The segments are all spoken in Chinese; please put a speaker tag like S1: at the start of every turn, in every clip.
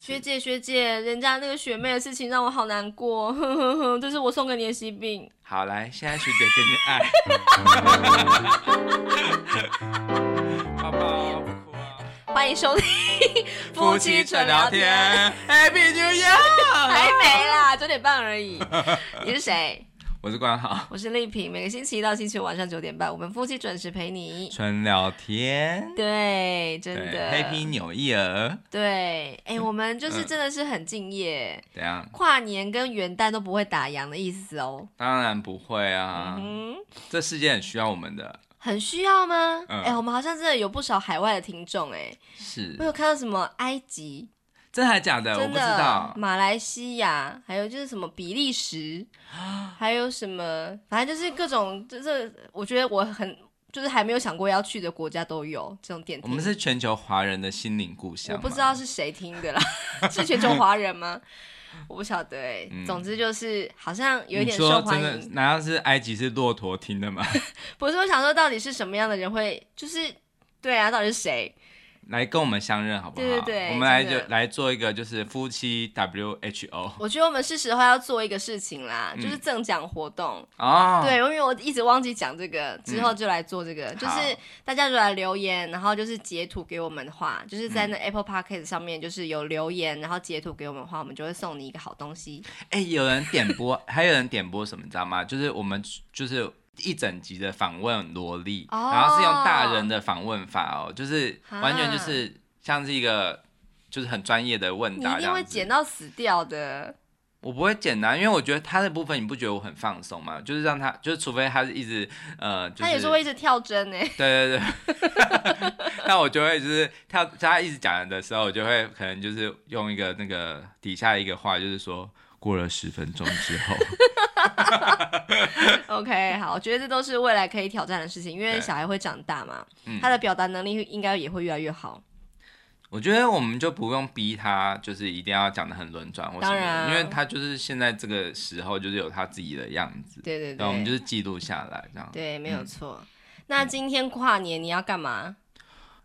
S1: 学姐学姐，人家那个学妹的事情让我好难过，呵呵呵，这是我送给你的喜饼。
S2: 好，来，现在学姐给你 爱，抱抱，不哭啊。
S1: 欢迎收听
S2: 夫妻纯聊天，Happy New Year！
S1: 还没啦，九点半而已。你是谁？
S2: 我是冠豪，
S1: 我是丽萍，每个星期一到星期五晚上九点半，我们夫妻准时陪你。
S2: 纯聊天，
S1: 对，真
S2: 对
S1: 的。
S2: ，Happy 嗯纽伊尔，
S1: 对，哎、我们就是真的是很敬业，
S2: 怎样？
S1: 跨年跟元旦都不会打烊的意思哦。
S2: 当然不会啊，
S1: 嗯，
S2: 这世界很需要我们的，
S1: 很需要吗？哎、
S2: 嗯
S1: 我们好像真的有不少海外的听众哎、
S2: 是
S1: 我，有看到什么埃及，
S2: 真的还假的？我
S1: 真
S2: 不知
S1: 的嗯
S2: 道，，
S1: 马来西亚，还有就是什么比利时，还有什么，反正就是各种，就是我觉得我很就是还没有想过要去的国家都有这种电
S2: 我
S1: 梯。
S2: 们是全球华人的心灵故乡
S1: 我
S2: 吗，
S1: 不知道是谁听的啦，是全球华人吗？我不晓得哎、
S2: 嗯
S1: 总之就是好像有一
S2: 你
S1: 点
S2: 说
S1: 受欢
S2: 真的，
S1: 迎。
S2: 难道是埃及是骆驼听的吗？
S1: 不是，我想说到底是什么样的人会，就是对啊，到底是谁？
S2: 来跟我们相认好不好？
S1: 对对对
S2: 我们来
S1: 真的
S2: 就来做一个就是夫妻 WHO
S1: 我觉得我们是时候要做一个事情啦，就是
S2: 嗯
S1: 赠奖活动。
S2: 哦，
S1: 对，因为我一直忘记讲这个，之后就来做这个，就是
S2: 嗯好
S1: 大家如果来留言，然后就是截图给我们的话，就是
S2: 嗯
S1: 在那 Apple Podcast 上面就是有留言，然后截图给我们的话，我们就会送你一个好东西。
S2: 哎、有人点 播，还有人点播什么，你知道吗？就是我们就是一整集的访问萝莉，
S1: 哦
S2: 然后是用大人的访问法哦，就是完全就是像是一个就是很专业的问
S1: 你
S2: 答
S1: 一
S2: 这
S1: 定会
S2: 样
S1: 剪
S2: 子。
S1: 到死掉的。
S2: 我不会剪的啊，因为我觉得他的部分你不觉得我很放松吗？就是让他，就是除非他是一直呃，就是
S1: 他有时候会一直跳针呢、
S2: 对对对， 那我就会就是他他一直讲的时候，我就会可能就是用一个那个底下一个话，就是说过了十分钟之后，
S1: OK，好，我觉得这都是未来可以挑战的事情，因为
S2: 对
S1: 小孩会长大嘛，
S2: 嗯
S1: 他的表达能力应该也会越来越好。
S2: 我觉得我们就不用逼他，就是一定要讲的很轮转或什么
S1: 当然啊
S2: 的，因为他就是现在这个时候就是有他自己的样子，
S1: 对对
S2: 然后我们就
S1: 对，
S2: 是嗯记录下来这样。
S1: 对，没有错。那今天跨年你要干嘛？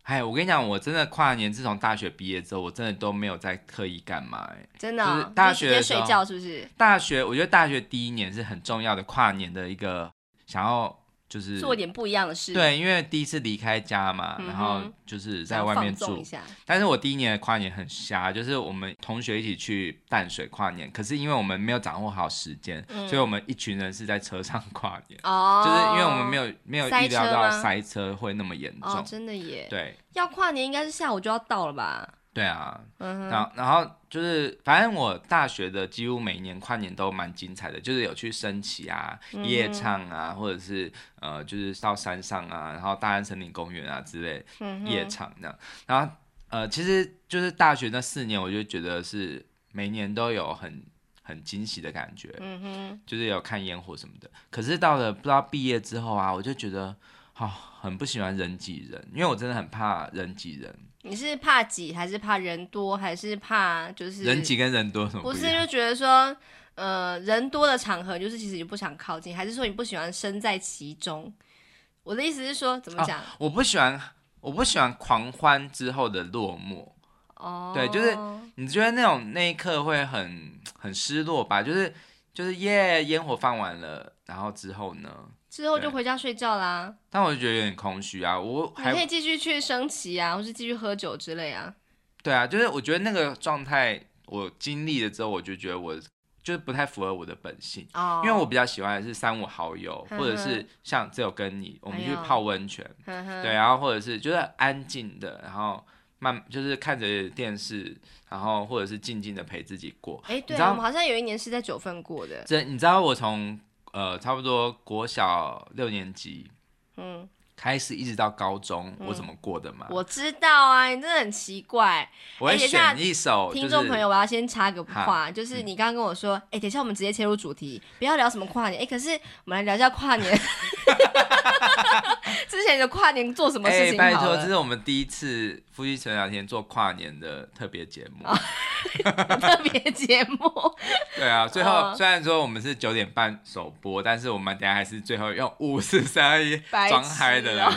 S2: 哎，我跟你讲，我真的跨年自从大学毕业之后，我真的都没有再刻意干嘛、哎，
S1: 真的哦、
S2: 就是大
S1: 你直
S2: 学
S1: 接
S2: 的时
S1: 睡
S2: 候
S1: 觉是不是？
S2: 大学，我觉得大学第一年是很重要的跨年的一个想要就是
S1: 做点不一样的事，，
S2: 对，因为第一次离开家嘛，
S1: 嗯哼
S2: 然后就是在外面
S1: 放纵一
S2: 住。
S1: 下。
S2: 但是我第一年的跨年很瞎，就是我们同学一起去淡水跨年，可是因为我们没有掌握好时间，
S1: 嗯
S2: 所以我们一群人是在车上 跨年，
S1: 哦，
S2: 就是因为我们没有没有
S1: 塞
S2: 预料
S1: 车
S2: 到
S1: 吗
S2: 塞车会那么严重。
S1: 哦，真的耶，
S2: 对
S1: 要跨年应该是下午就要到了吧？
S2: 对啊，
S1: 嗯
S2: 然
S1: 哼，
S2: 后然后就是，反正我大学的几乎每一年跨年都蛮精彩的，就是有去升旗啊、
S1: 嗯
S2: 夜唱啊，或者是呃，就是到山上啊，然后大安森林公园啊之类
S1: 嗯
S2: 夜
S1: 哼，
S2: 场这样。然后呃，其实就是大学那四年，我就觉得是每年都有很很惊喜的感觉，
S1: 嗯哼，
S2: 就是有看烟火什么的。可是到了不知道毕业之后啊，我就觉得好、很不喜欢人挤人，因为我真的很怕人挤人，
S1: 你是怕挤还是怕人多，还是怕就是
S2: 人挤跟人多有什么
S1: 不
S2: 一
S1: 是
S2: 样
S1: 就觉得说，呃，人多的场合就是其实你不想靠近，还是说你不喜欢身在其中？我的意思是说，怎么讲？
S2: 我不喜欢，我不喜欢狂欢之后的落寞。
S1: 哦，
S2: 对就是你觉得那种那一刻会很很失落吧？就是就是耶，烟火放完了，然后之后呢？
S1: 之后就
S2: 对
S1: 回家睡觉啦。
S2: 但我就觉得有点空虚啊！我
S1: 你可以
S2: 还
S1: 继续去升旗啊，或是继续喝酒之类啊。
S2: 对啊，就是我觉得那个状态，我经历了之后，我就觉得我就是不太符合我的本性。
S1: 哦，
S2: 因为我比较喜欢的是三五好友，
S1: 呵呵
S2: 或者是像只有跟你，我们
S1: 嗯哎
S2: 去
S1: 呦
S2: 泡温泉，
S1: 呵呵
S2: 对，然后或者是就是安静的，然后慢就是看着电视，然后或者是静静的陪自己过。
S1: 哎、对
S2: 你知道
S1: 啊，我们好像有一年是在九份过的，
S2: 这你知道我从呃差不多国小六年级
S1: 嗯，
S2: 开始，一直到高中，
S1: 嗯
S2: 我怎么过的吗？
S1: 我知道啊，你真的很奇怪。
S2: 我会
S1: 哎等一下
S2: 选一首，
S1: 听
S2: 哦就
S1: 众
S2: 是嗯
S1: 朋友，我要先插个
S2: 好
S1: 话，就是你刚刚跟我说，哎、等一下我们直接切入主题，不要聊什么跨年，哎、可是我们来聊一下跨 年。之前的跨年做什么事
S2: 哎、
S1: 情
S2: 拜
S1: 好
S2: 托，这
S1: 了？
S2: 是我们第一次夫妻纯聊天做跨年的特别节 目。
S1: 特别节 目，
S2: 对 啊，最后、
S1: 嗯
S2: 虽然说我们是九点半首播，但是我们等一下还是最后用五四三一
S1: 白痴
S2: 装嗨的
S1: 哦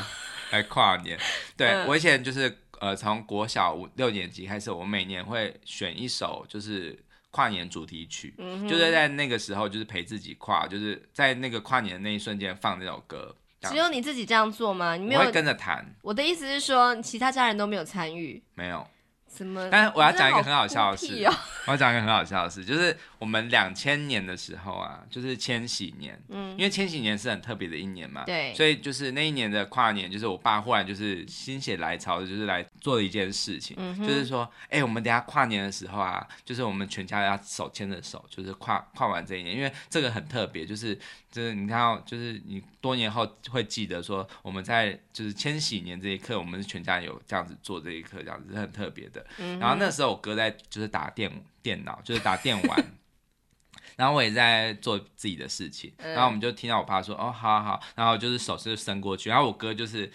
S2: 来来跨年。对、
S1: 嗯
S2: 我以前就是呃，从国小五六年级开始，我每年会选一首就是跨年主题曲，
S1: 嗯
S2: 就是在那个时候就是陪自己跨，就是在那个跨年的那一瞬间放这首歌，这
S1: 只
S2: 样
S1: 有你自己这样做吗？你没
S2: 我
S1: 有
S2: 会？跟着弹，
S1: 我的意思是说，其他家人都没有参与，
S2: 没有。
S1: 怎么？
S2: 但是我要
S1: 嗯你真
S2: 讲
S1: 的
S2: 一个很好笑的
S1: 孤
S2: 事，
S1: 僻哦
S2: 我要讲一个很好笑的事，就是我们两千年的时候啊，就是千禧年，嗯，因为千禧年是很特别的一年嘛，
S1: 对
S2: 所以就是那一年的跨年，就是我爸忽然就是心血来潮，就是来做了一件事情，就是说，哎、我们等一下跨年的时候啊，就是我们全家要手牵着手，就是跨跨完这一年，因为这个很特别，就是就是你看到，就是你多年后会记得说，我们在就是千禧年这一刻，我们是全家有这样子做这一刻，这样子是很特别的。
S1: 嗯
S2: 然后那时候我哥在就是打电电脑，就是打电 玩。然后我也在做自己的事情，
S1: 嗯
S2: 然后我们就听到我爸说：“哦，好好好。”然后就是手是伸过去，然后我哥就是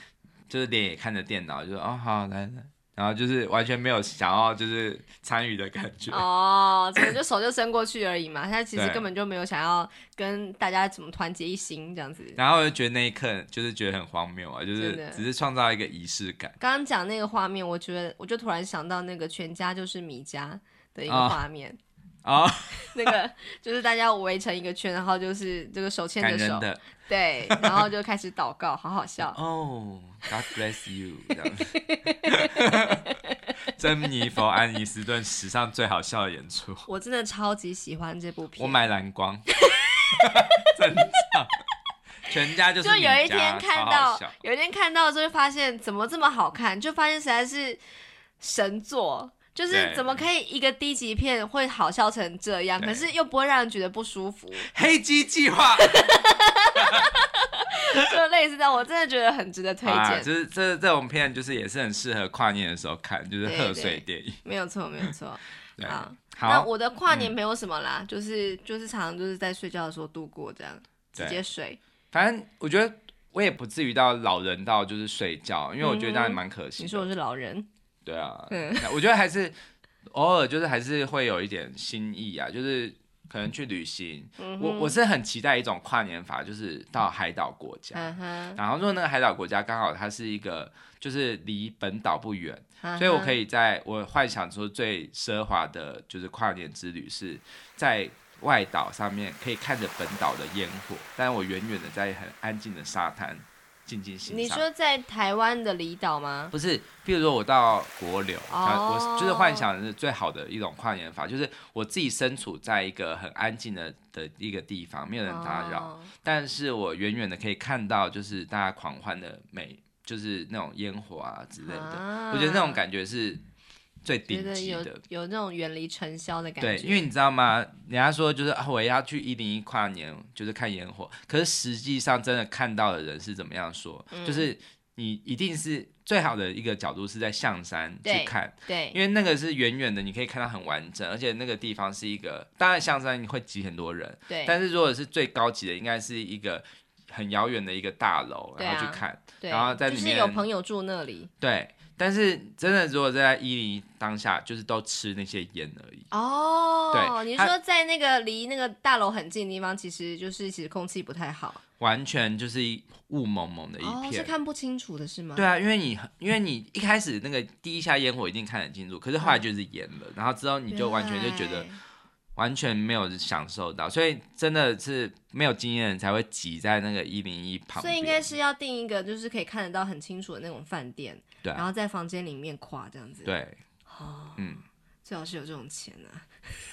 S2: 就是脸也看着电脑，就说：“哦，好来来。”然后就是完全没有想要就是参与的感觉。
S1: 哦，怎么就手就伸过去而已嘛？他其实
S2: 对
S1: 根本就没有想要跟大家怎么团结一心这样子。
S2: 然后我就觉得那一刻就是觉得很荒谬啊，就
S1: 真
S2: 是
S1: 的
S2: 只是创造一个仪式感。
S1: 刚刚讲那个画面，我觉得我就突然想到那个全家就是米家的一个
S2: 哦
S1: 画面，
S2: 哦，
S1: 那个就是大家围成一个圈，然后就是这个手牵
S2: 感
S1: 着
S2: 人
S1: 手，
S2: 的
S1: 对，然后就开始祷告，好好笑。
S2: 哦，God bless you，这样子。 珍妮佛·安妮斯顿史上最好笑的演出，
S1: 我真的超级喜欢这部片，
S2: 我买蓝 光，真的，全家就是
S1: 就
S2: 你
S1: 有一
S2: 家
S1: 天看
S2: 超好
S1: 到
S2: 笑，
S1: 有一天看到就会发现怎么这么好看，就发现实在是神作。就是
S2: 对
S1: 怎么可以一个低级片会好笑成这样，
S2: 对
S1: 可是又不会让人觉得不舒服，
S2: 黑鸡计 划，
S1: 就类似这样，我真的觉得很值得推荐。
S2: 啊，就是这这种片就是也是很适合跨年的时候看，就是
S1: 对
S2: 贺
S1: 对
S2: 岁电影。
S1: 没有错，没有错。
S2: 对，
S1: 好那
S2: 好，嗯
S1: 我的跨年没有什么啦，就是就是常常就是在睡觉的时候度过，这样直
S2: 对
S1: 接睡。
S2: 反正我觉得我也不至于到老人到就是睡觉，因为我觉得这样也蛮可惜的。
S1: 你说我是老人，
S2: 对啊，
S1: 嗯
S2: 我觉得还是偶尔就是还是会有一点新意啊，就是可能去旅行。
S1: 嗯
S2: 我我是很期待一种跨年法，就是到海岛国家。
S1: 嗯哼，
S2: 然后，如果那个海岛国家刚好它是一个，就是离本岛不远，嗯所以我可
S1: 以
S2: 以在我幻想说最奢华的，就是跨年之旅是在外岛上面可以看着本岛的烟火，但是我远远的在很安静的沙滩静静欣赏。
S1: 你说在台湾的离岛吗？
S2: 不是，比如说我到国流，然后
S1: 哦
S2: 我就是幻想的是最好的一种跨年法，就是我自己身处在一个很安静的的一个地方，没有人打扰，
S1: 哦
S2: 但是我远远的可以看到，就是大家狂欢的美，就是那种烟火啊之类的，
S1: 啊
S2: 我觉得那种感觉是最
S1: 觉
S2: 顶
S1: 得
S2: 级
S1: 有
S2: 的。
S1: 有那种远离尘嚣的感
S2: 对，
S1: 觉。
S2: 因为你知道吗？人家说就是啊，我要去一零一跨年，就是看烟火。可是实际上真的看到的人是怎么样说？
S1: 嗯
S2: 就是你一定是最好的一个角度是在象山
S1: 对
S2: 去看，因
S1: 对，
S2: 为那个是远远的，你可以看到很完整，而且那个地方是一个，当然象山你会挤很多人，
S1: 对，
S2: 但是如果是最高级的，应该是一个很遥远的一个大楼，
S1: 对啊
S2: 然后去看。
S1: 对
S2: 然后在里
S1: 就是
S2: 面
S1: 有朋友住那里
S2: 对，但是真的如果在一零一当下，就是都吃那些烟而已。
S1: 哦。
S2: 对
S1: 你
S2: 它
S1: 说在那个离那个大楼很近的地方，其实就是其实空气不太好，
S2: 完全就是一雾蒙蒙的
S1: 哦
S2: 一，
S1: 是
S2: 片。
S1: 看不清楚的是吗？
S2: 对啊，因为你因为你一开始那个第一下烟火一定看得清楚，可是后来就是淹了，然后之后你就完全就觉得
S1: 嗯对
S2: 完全没有享受到，所以真的是没有经验的人才会挤在那个一零一
S1: 所
S2: 旁边。
S1: 以应该是要订一个就是可以看得到很清楚的那种饭店，
S2: 对啊
S1: 然后在房间里面跨这样子。，
S2: 对，
S1: 哦，
S2: 嗯，
S1: 最好是有这种钱啊。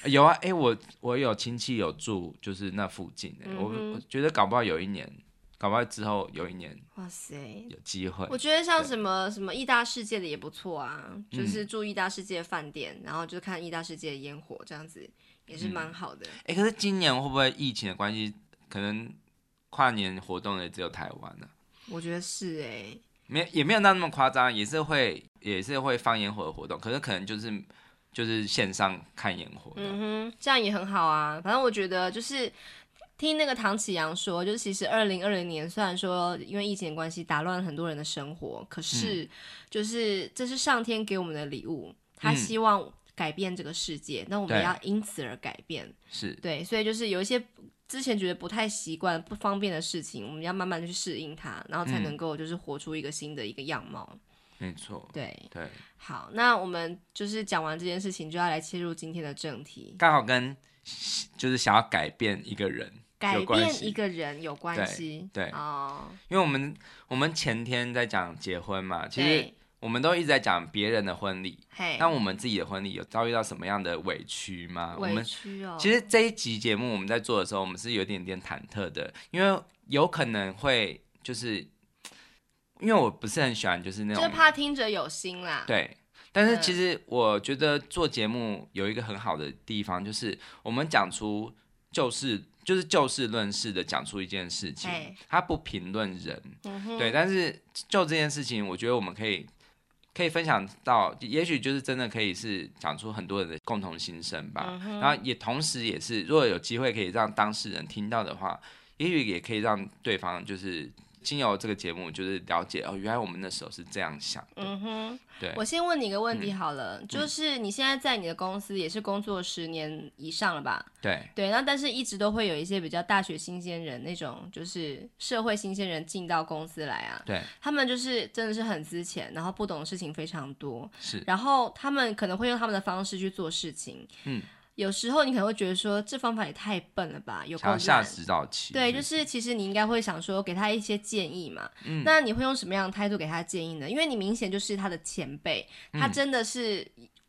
S2: 有啊，哎、我我有亲戚有住就是那附近、欸，我
S1: 嗯哼
S2: 我觉得搞不好有一年，搞不好之后有一年
S1: 哇塞，
S2: 有机会。
S1: 我觉得像
S2: 对嗯
S1: 什么什么意大世界的也不错啊，就是住意大世界饭店，然后就看意大世界的烟火这样子，也是蛮好的。
S2: 哎、可是今年会不会疫情的关系，可能跨年活动也只有台湾呢、
S1: 我觉得是哎、
S2: 没也没有到那么夸张，也是会也是会放烟火的活动，可是可能就是就是线上看烟火的。
S1: 嗯哼，这样也很好啊。反正我觉得就是听那个唐启阳说，就是其实二零二零年虽然说因为疫情的关系打乱了很多人的生活，可是就是这是上天给我们的礼物，他
S2: 嗯
S1: 希望改变这个世界，那我们
S2: 对
S1: 要因此而改变。
S2: 是
S1: 对，所以就是有一些之前觉得不太习惯、不方便的事情，我们要慢慢地去适应它，然后才
S2: 嗯
S1: 能够就是活出一个新的一个样貌。
S2: 没错，
S1: 对，
S2: 对，
S1: 好，那我们就是讲完这件事情，就要来切入今天的正题，
S2: 刚好跟就是想要改变一个人
S1: 改
S2: 有关
S1: 变
S2: 系
S1: 一个人有关
S2: 对
S1: 系，
S2: 对
S1: 哦，
S2: 因为我们我们前天在讲结婚嘛，其实
S1: 对，
S2: 我们都一直在讲别人的婚礼，
S1: 嘿，
S2: 那我们自己的婚礼有遭遇到什么样的委屈吗？我
S1: 委
S2: 们
S1: 屈哦，
S2: 其实这一集节目我们在做的时候，我们是有点点忐忑的，因为有可能会就是，因为我不是很喜欢就是那
S1: 就是
S2: 种
S1: 怕听者有心啦，
S2: 对。但是
S1: 嗯
S2: 其实我觉得做节目有一个很好的地方，就是我们讲出就事，就是就事论事的讲出一件事情
S1: 哎，
S2: 他不评论人，
S1: 嗯哼，
S2: 对，但是就这件事情，我觉得我们可以可以分享到，也许就是真的可以是讲出很多人的共同心声吧。
S1: 嗯
S2: 然后也同时也是，如果有机会可以让当事人听到的话，也许也可以让对方就是经由这个节目，就是了解哦，原来我们那时候是这样想的。
S1: 嗯哼，
S2: 对嗯
S1: 我先问你一个问题好了，就是你现在在你的公司也是工作十年以上了吧？
S2: 对，
S1: 对，那但是一直都会有一些比较大学新鲜人那种，就是社会新鲜人进到公司来啊，
S2: 对，
S1: 他们就是真的是很资浅，然后不懂的事情非常多，
S2: 是，
S1: 然后他们可能会用他们的方式去做事情，
S2: 嗯，
S1: 有时候你可能会觉得说这方法也太笨了吧，有够
S2: 想要下
S1: 烂。
S2: 指导期。
S1: 对，就是其实你应该会想说给他一些建议嘛，
S2: 嗯
S1: 那你会用什么样的态度给他建议呢？因为你明显就是他的前辈，他
S2: 嗯
S1: 真的是。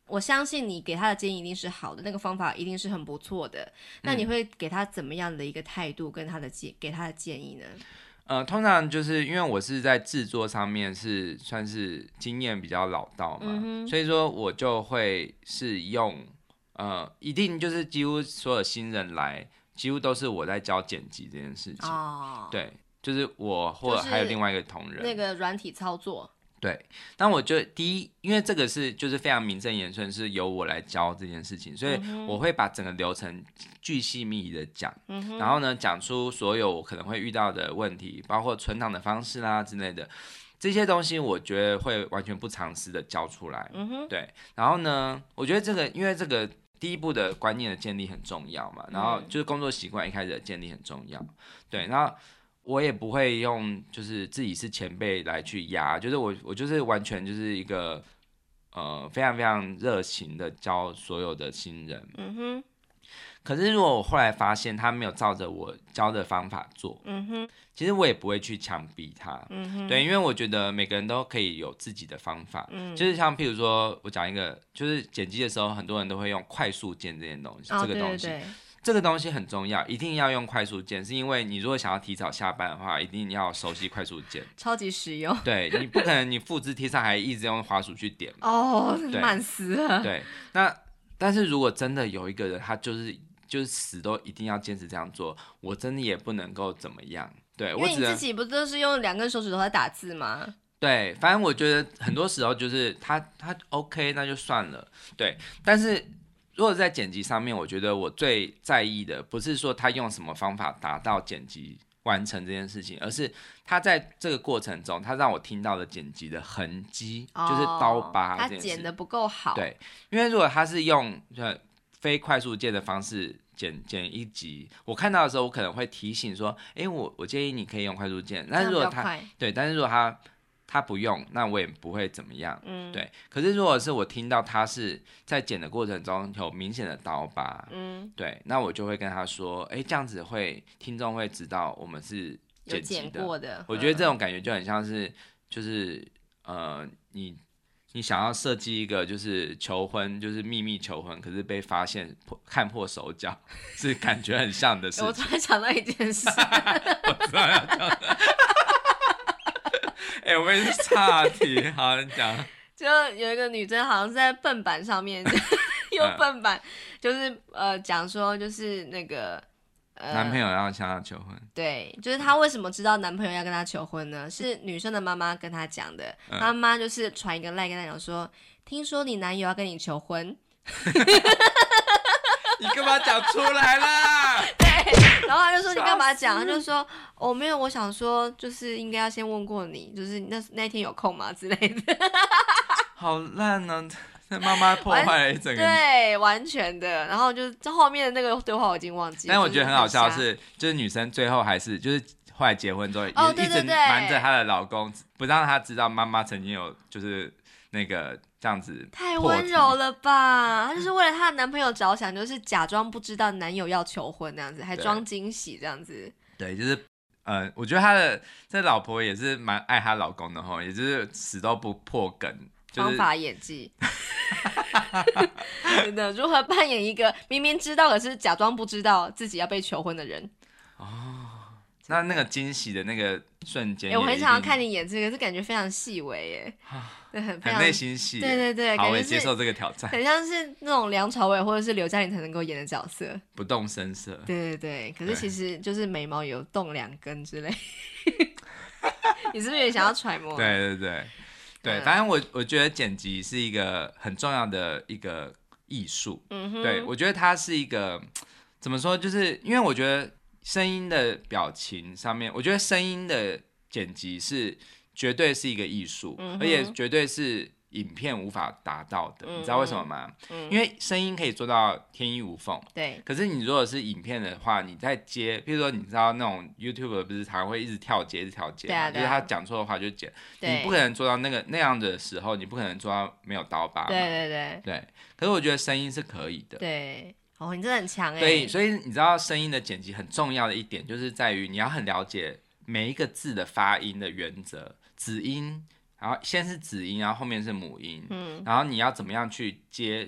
S1: 我相信你给他的建议一定是好的，那个方法一定是很不错的。那
S2: 嗯
S1: 你会给他怎么样的一个态度，跟他的建给他的建议呢？
S2: 呃，通常就是因为我是在制作上面是算是经验比较老道嘛，
S1: 嗯
S2: 所以说我就会是用呃，一定就是几乎所有新人来，几乎都是我在教剪辑这件事情。
S1: 哦，，
S2: 对，就是我或者
S1: 就是
S2: 还有另外一个同仁，
S1: 那个软体操作，
S2: 对。那我就第一，因为这个是就是非常名正言顺是由我来教这件事情，所以我会把整个流程巨细密的讲。
S1: 嗯哼，
S2: 然后呢，讲出所有我可能会遇到的问题，包括存档的方式啦之类的，这些东西我觉得会完全不藏私的教出来。
S1: 嗯哼，
S2: 对，然后呢，我觉得这个因为这个第一步的观念的建立很重要嘛，然
S1: 嗯
S2: 后就是工作习惯一开始的建立很重要。对，然后我也不会用就是自己是前辈来去压，就是我我就是完全就是一个。呃，非常非常热情的教所有的新人，
S1: 嗯哼，
S2: 可是如果我后来发现他没有照着我教的方法做，
S1: 嗯哼，
S2: 其实我也不会去强逼他。
S1: 嗯哼，
S2: 对，因为我觉得每个人都可以有自己的方法，
S1: 嗯
S2: 就是像譬如说，我讲一个，就是剪辑的时候，很多人都会用快速键这件东西，
S1: 哦，
S2: 这个
S1: 对
S2: 东
S1: 对
S2: 西，
S1: 对，
S2: 这个东西很重要，一定要用快速键，是因为你如果想要提早下班的话，一定要熟悉快速键，
S1: 超级实 用
S2: 对你不可能你复制贴上还一直用滑鼠去点嘛，
S1: 哦，
S2: 对
S1: 慢死了，
S2: 对，那但是如果真的有一个人，他就是就是死都一定要坚持这样做，我真的也不能够怎么样。对
S1: 因
S2: 我
S1: 为你
S2: 只
S1: 自
S2: 能
S1: 己不都是用两根手指头在打字吗？
S2: 对，反正我觉得很多时候就是他他 OK 那就算了，对。但是如果在剪辑上面，我觉得我最在意的不是说他用什么方法达到剪辑完成这件事情，而是他在这个过程中，他让我听到了剪辑的痕迹，就是刀
S1: 哦
S2: 疤
S1: 他
S2: 这件事
S1: 剪的不够好，
S2: 对因为如果他是用呃非快速键的方式剪剪一集，我看到的时候，我可能会提醒说，诶，我我建议你可以用快速键。
S1: 这样
S2: 但是如果
S1: 比较
S2: 他
S1: 快，
S2: 对，但是如果他他不用，那我也不会怎么样。
S1: 嗯，，
S2: 对，可是如果是我听到他是在剪的过程中有明显的刀疤，
S1: 嗯，
S2: 对，那我就会跟他说，诶，这样子会听众会知道我们是
S1: 有
S2: 辑
S1: 剪
S2: 的。
S1: 过的，
S2: 我觉得这
S1: 嗯
S2: 种感觉就很像是，就是呃，你你想要设计一个就是求婚，就是秘密求婚，可是被发现破看破手脚，是感觉很像的事
S1: 我
S2: 情。
S1: 突然想到一件 事，
S2: 哎、我们是岔题，好，你讲，
S1: 就有一个女生好像是在笨板上 面，
S2: 嗯
S1: 用笨板就是呃讲说就是那个 呃
S2: 男朋友嗯要向她求婚，
S1: 对，就是她为什么知道男朋友要跟她求婚呢？是女生的妈妈跟她讲的，
S2: 嗯
S1: 她妈就是传一个赖跟她讲说，听说你男友要跟你求婚，
S2: 你干嘛讲出来啦？
S1: 然后他就说你干嘛讲？他
S2: 吓死
S1: 就说哦没有，我想说就是应该要先问过你，就是那那天有空吗之类的。
S2: 好烂 呢、这妈妈破坏了一整 个
S1: 对，完全的。然后就是这后面的那个对话我已经忘记了。
S2: 但我觉得很好笑的
S1: 就是
S2: 是，就是女生最后还是就是后来结婚之后，也
S1: 哦
S2: 一
S1: 对对
S2: 直
S1: 对
S2: 瞒着她的老公，不让她知道妈妈曾经有就是那个这样子
S1: 太
S2: 破
S1: 温
S2: 题
S1: 柔了吧？她就是为了她的男朋友着想，就是假装不知道男友要求婚那样子，还
S2: 对
S1: 装惊喜这样子。
S2: 对，就是呃，我觉得她的这老婆也是蛮爱她老公的吼，也就是死都不破梗，就
S1: 方
S2: 是
S1: 法演技， 真的如何扮演一个明明知道可是假装不知道自己要被求婚的人？
S2: 那那个惊喜的那个瞬间
S1: 哎、
S2: 也一定，啊
S1: 我很想要看你演这个，这感觉非常细微耶，对，很非
S2: 很
S1: 常
S2: 内心戏耶，
S1: 对对对，
S2: 好，
S1: 感
S2: 我
S1: 觉
S2: 也
S1: 是
S2: 接受这个挑战，
S1: 很像是那种梁朝伟或者是刘嘉玲才能够演的角色。
S2: 不动声色。
S1: 对对对，可是
S2: 对
S1: 其实就是眉毛有动两根之类。 你是不是也想要揣摩？，
S2: 对对对对，
S1: 嗯
S2: 反正我我觉得剪辑是一个很重要的一个艺术。
S1: 嗯哼，
S2: 对，我觉得它是一个怎么说，就是因为我觉得声音的表情上面，我觉得声音的剪辑是绝对是一个艺术，
S1: 嗯哼
S2: 而且绝对是影片无法达到的。
S1: 嗯
S2: 你知道为什么吗？
S1: 嗯
S2: 因为声音可以做到天衣无缝。
S1: 对，
S2: 可是你如果是影片的话，你在接，譬如说你知道那种 YouTube 不是常常会一直跳接，一直跳接嘛，
S1: 对啊
S2: 就
S1: 对啊
S2: 是他讲错的话就剪，
S1: 对
S2: 你不可能做到那个那样的时候，你不可能做到没有刀疤嘛。
S1: 对对对
S2: 对可是我觉得声音是可以的。
S1: 对，哦，你真的很强哎。
S2: 所以，所以你知道声音的剪辑很重要的一点，就是在于你要很了解每一个字的发音的原则，子音，然后先是子音，然后后面是母音，
S1: 嗯，
S2: 然后你要怎么样去接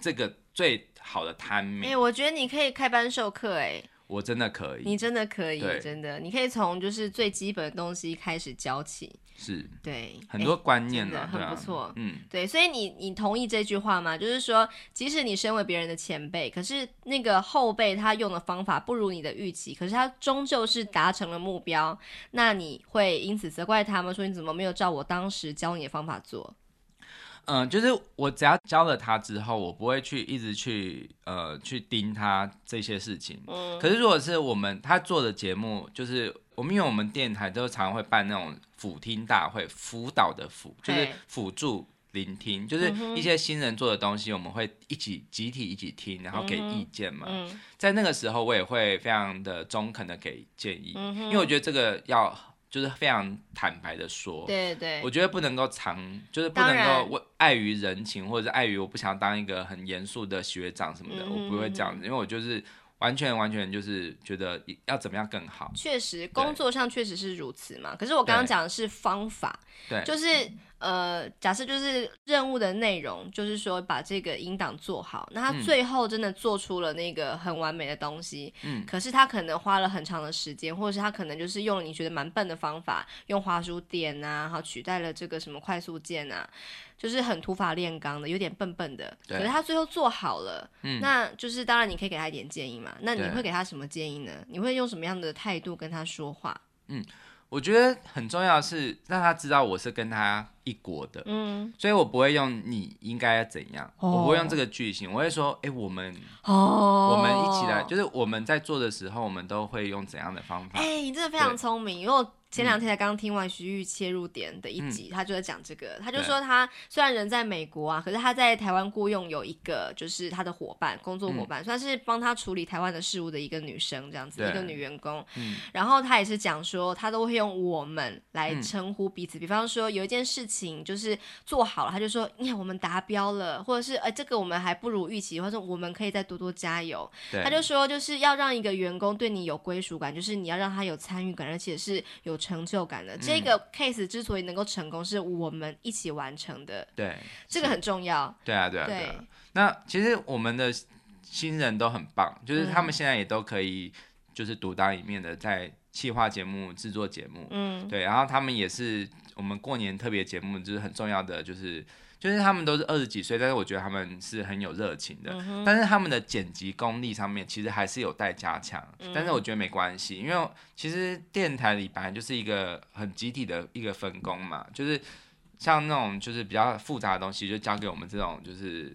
S2: 这个最好的 timing，、
S1: 哎、我觉得你可以开班授课哎，
S2: 我真的可以，
S1: 你真的可以，
S2: 对
S1: 真的，你可以从就是最基本的东西开始教起。
S2: 是。
S1: 对，
S2: 很
S1: 哎
S2: 多观念
S1: 真的
S2: 啊，
S1: 很
S2: 对啊
S1: 不错
S2: 嗯，
S1: 对，所以你你同意这句话吗？就是说，即使你身为别人的前辈，可是那个后辈他用的方法不如你的预期，可是他终究是达成了目标，那你会因此责怪他们说你怎么没有照我当时教你的方法做？
S2: 嗯、就是我只要教了他之后，我不会去一直去呃去盯他这些事情。
S1: 嗯，
S2: 可是如果是我们他做的节目，就是我们因为我们电台都常会办那种辅听大会，辅导的辅就是
S1: 对
S2: 辅助聆听，就是
S1: 嗯
S2: 一些新人做的东西，我们会一起集体一起听，然后给
S1: 嗯哼
S2: 意见嘛。
S1: 嗯
S2: 在那个时候，我也会非常的中肯的给建议，
S1: 嗯哼
S2: 因为我觉得这个要就是非常坦白的说。
S1: 对对
S2: 我觉得不能够藏，就是不
S1: 当
S2: 能够
S1: 然
S2: 我碍于人情，或者是碍于我不想当一个很严肃的学长什么的，
S1: 嗯哼
S2: 我不会这样子，因为我就是完全完全就是觉得要怎么样更好。
S1: 确实，工作上确实是如此嘛。可是我刚刚
S2: 对
S1: 讲的是方法，
S2: 对，
S1: 就是呃，假设就是任务的内容，就是说把这个音档做好，那他
S2: 嗯
S1: 最后真的做出了那个很完美的东西，
S2: 嗯
S1: 可是他可能花了很长的时间，或者是他可能就是用了你觉得蛮笨的方法，用滑鼠点啊，然后取代了这个什么快速键啊，就是很土法炼钢的，有点笨笨的，可
S2: 对
S1: 是他最后做好了，
S2: 嗯
S1: 那就是当然你可以给他一点建议嘛，那你
S2: 对
S1: 会给他什么建议呢？你会用什么样的态度跟他说话？
S2: 我觉得很重要的是让他知道我是跟他一国的，
S1: 嗯，
S2: 所以我不会用你应该要怎样，
S1: 哦
S2: 我不会用这个句型，我会说，哎、我们、
S1: 哦
S2: 我们一起来，就是我们在做的时候，我们都会用怎样的方法？嗯
S1: 哎、你真的非常聪明，因为我前两天才刚听完徐玉切入点的一集，他就在讲这个，他就说他虽然人在美国啊，可是他在台湾雇佣有一个就是他的伙伴，工
S2: 嗯
S1: 作伙伴，算是帮他处理台湾的事务的一个女生这样子，
S2: 对
S1: 一个女员工。
S2: 嗯
S1: 然后他也是讲说，他都会用我们来
S2: 嗯
S1: 称呼彼此，比方说有一件事情就是做好了，他就说你看我们达标了，或者是呃这个我们还不如预期，或者说我们可以再多多加油。
S2: 对，
S1: 他就说，就是要让一个员工对你有归属感，就是你要让他有参与感，而且是有成就感的。
S2: 嗯
S1: 这个 case 之所以能够成功，是我们一起完成的，
S2: 对，
S1: 这个很重要。
S2: 对啊，对啊，对
S1: 对
S2: 啊。那其实我们的新人都很棒，就是他们现在也都可以就是独当一面的在企划节目、制作节目，
S1: 嗯，
S2: 对，然后他们也是我们过年特别节目就是很重要的，就是就是他们都是二十几岁，但是我觉得他们是很有热情
S1: 嗯
S2: 的，但是他们的剪辑功力上面其实还是有待加强，但是我觉得没关系，因为其实电台里本来就是一个很集体的一个分工嘛，就是像那种就是比较复杂的东西，就交给我们这种就是。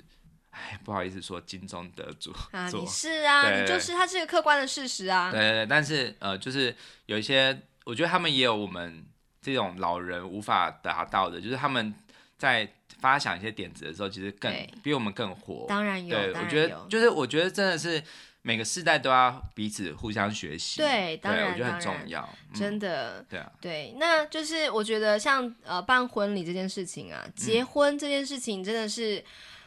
S2: 哎，不好意思说金钟得主
S1: 啊，
S2: 做
S1: 你是啊，
S2: 对
S1: 你就是他是个客观的事实啊。
S2: 对对对，但是呃，就是有一些，我觉得他们也有我们这种老人无法达到的，就是他们在发想一些点子的时候，其实更
S1: 对
S2: 比我们更活。
S1: 当然有，
S2: 对，
S1: 当
S2: 我
S1: 然
S2: 觉得
S1: 有。
S2: 就是我觉得真的是每个世代都要彼此互相学习。
S1: 对当然
S2: 我觉得很
S1: 当然
S2: 重要。嗯
S1: 真的，
S2: 对啊，
S1: 对，那就是我觉得像呃办婚礼这件事情啊，
S2: 嗯
S1: 结婚这件事情真的是。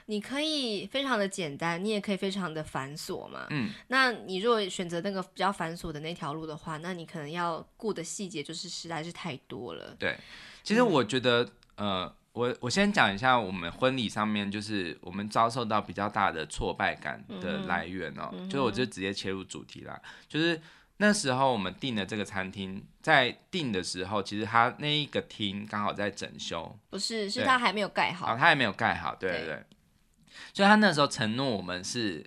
S1: 你可以非常的简单，你也可以非常的繁琐嘛。
S2: 嗯，
S1: 那你如果选择那个比较繁琐的那条路的话，那你可能要顾的细节就是实在是太多了。
S2: 对，其
S1: 嗯
S2: 实我觉得，呃，我我先讲一下我们婚礼上面，就是我们遭受到比较大的挫败感
S1: 嗯
S2: 的来源哦、就是我就直接切入主题啦，就是那时候我们订的这个餐厅，在订的时候，其实它那一个厅刚好在整修，
S1: 不是，是
S2: 对
S1: 他还没有盖
S2: 好，
S1: 好，
S2: 它还没有盖好，对对
S1: 对
S2: 对，所以他那时候承诺我们是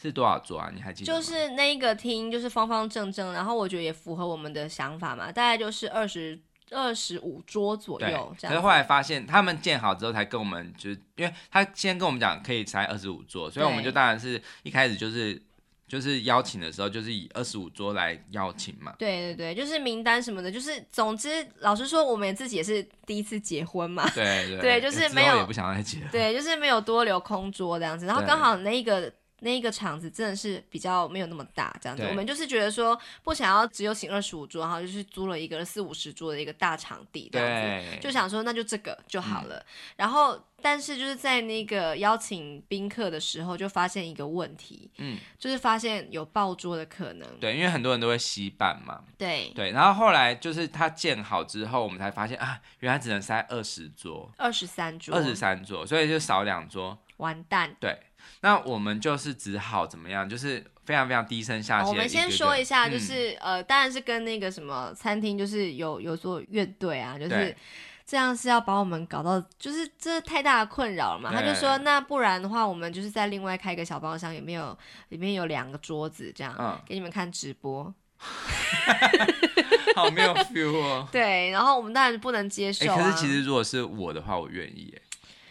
S2: 是多少桌啊？你还记得吗？
S1: 就是那一个厅就是方方正正，然后我觉得也符合我们的想法嘛，大概就是二十二十五桌左
S2: 对
S1: 右，这
S2: 可是
S1: 样
S2: 后
S1: 子。
S2: 来发现，他们建好之后才跟我们，就是因为他先跟我们讲可以才二十五桌，所以我们
S1: 对
S2: 就当然是一开始就是就是邀请的时候，就是以二十五桌来邀请嘛。
S1: 对对对，就是名单什么的，就是总之，老实说，我们也自己也是第一次结婚嘛，
S2: 对对
S1: 对就是
S2: 之后
S1: 没有
S2: 也不想再 结了。
S1: 对，就是没有多留空桌这样子，然后
S2: 对
S1: 刚好那一个。那一个场子真的是比较没有那么大，这样子，
S2: 对
S1: 我们就是觉得说不想要只有请二十五桌，然后就是租了一个四五十桌的一个大场地这样子，
S2: 对，嗯
S1: 就想说那就这个就好了。然后，但是就是在那个邀请宾客的时候，就发现一个问题，
S2: 嗯，
S1: 就是发现有爆桌的可能。
S2: 对，因为很多人都会惜办嘛。
S1: 对，
S2: 对，然后后来就是他建好之后，我们才发现啊，原来只能塞二十桌，
S1: 二十三桌，
S2: 二十三桌，所以就少两桌。
S1: 完蛋。
S2: 对，那我们就是只好怎么样，就是非常非常低声下
S1: 哦
S2: 气、
S1: 好我们先说一下，就
S2: 嗯
S1: 是、呃，当然是跟那个什么餐厅，就是有有做乐队啊，就是
S2: 对
S1: 这样是要把我们搞到，就是这太大的困扰了嘛。他就说，
S2: 对
S1: 那不然的话，我们就是再另外开一个小包厢，里面有里面有两个桌子这样，
S2: 嗯
S1: 给你们看直播。
S2: 好没有 feel 哦。
S1: 对，然后我们当然不能接
S2: 哎、
S1: 受、啊
S2: 可是其实如果是我的话，我愿意耶，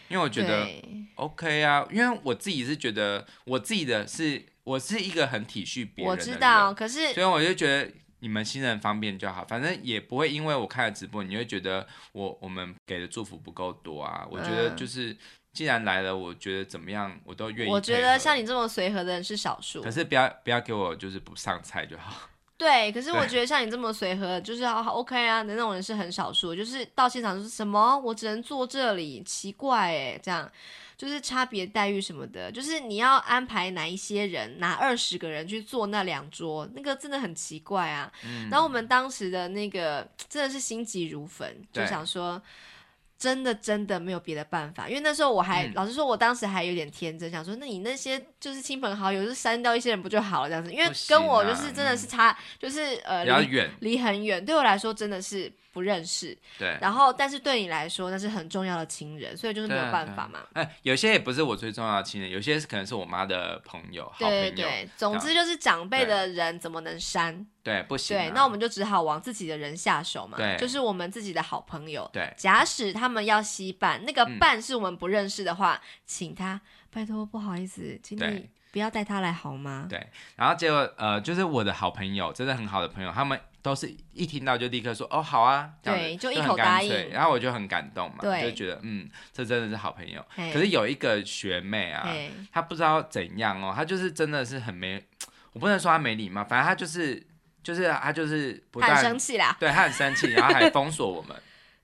S2: 因为我觉得
S1: 对
S2: OK 啊，因为我自己是觉得我自己的是我是一个很体恤别人
S1: 我
S2: 的
S1: 知
S2: 人
S1: 道，，可是
S2: 所以我就觉得你们新人方便就好，反正也不会因为我看了直播，你会觉得我我们给的祝福不够多啊。我觉得
S1: 嗯
S2: 就是既然来了，我觉得怎么样我都愿意配合。
S1: 我觉得像你这么随和的人是少数
S2: 可。是不要不要给我就是不上菜就好。
S1: 对，可是我
S2: 对
S1: 觉得像你这么随和，就是啊 OK 啊的那种人是很少数。就是到现场就是什么，我只能坐这里，奇怪哎，这样就是差别待遇什么的，就是你要安排哪一些人，哪二十个人去坐那两桌，那个真的很奇怪啊。
S2: 嗯
S1: 然后我们当时的那个真的是心急如焚，就
S2: 对
S1: 想说。真的真的没有别的办法，因为那时候我还、
S2: 嗯
S1: 老实说，我当时还有点天真，想说那你那些就是亲朋好友，就是删掉一些人不就好了这样子，因为
S2: 不行
S1: 跟我
S2: 啊
S1: 就是真的是差，就是 呃
S2: 比较
S1: 离
S2: 远，
S1: 离很远，对我来说真的是不认识。
S2: 对。
S1: 然后，但是对你来说那是很重要的亲人，所以就是没
S2: 对
S1: 有
S2: 啊
S1: 办
S2: 对啊
S1: 法嘛。
S2: 哎、有些也不是我最重要的亲人，有些是可能是我妈的朋友、好朋
S1: 对对
S2: 友，
S1: 对，总之就是长辈的人怎么能删？
S2: 对不行、啊。
S1: 对，那我们就只好往自己的人下手嘛，
S2: 对
S1: 就是我们自己的好朋友。
S2: 对
S1: 假使他们要惜办，那个
S2: 嗯
S1: 办是我们不认识的话，请他拜托，不好意思，请你
S2: 对
S1: 不要带他来好吗？
S2: 对，然后结果呃，就是我的好朋友，真的很好的朋友，他们都是一听到就立刻说哦好啊，这样子
S1: 对就
S2: 就
S1: 一
S2: 很
S1: 口
S2: 干
S1: 答
S2: 脆
S1: 应
S2: 然后我就很感动嘛，
S1: 对
S2: 就觉得嗯，这真的是好朋友。
S1: 嘿
S2: 可是有一个学妹啊，
S1: 嘿
S2: 她不知道怎样哦，她就是真的是很没，我不能说她没礼貌，反正她就是就是她就是不
S1: 他很
S2: 但
S1: 生气啦，
S2: 对她很生气，然后还封锁我 们。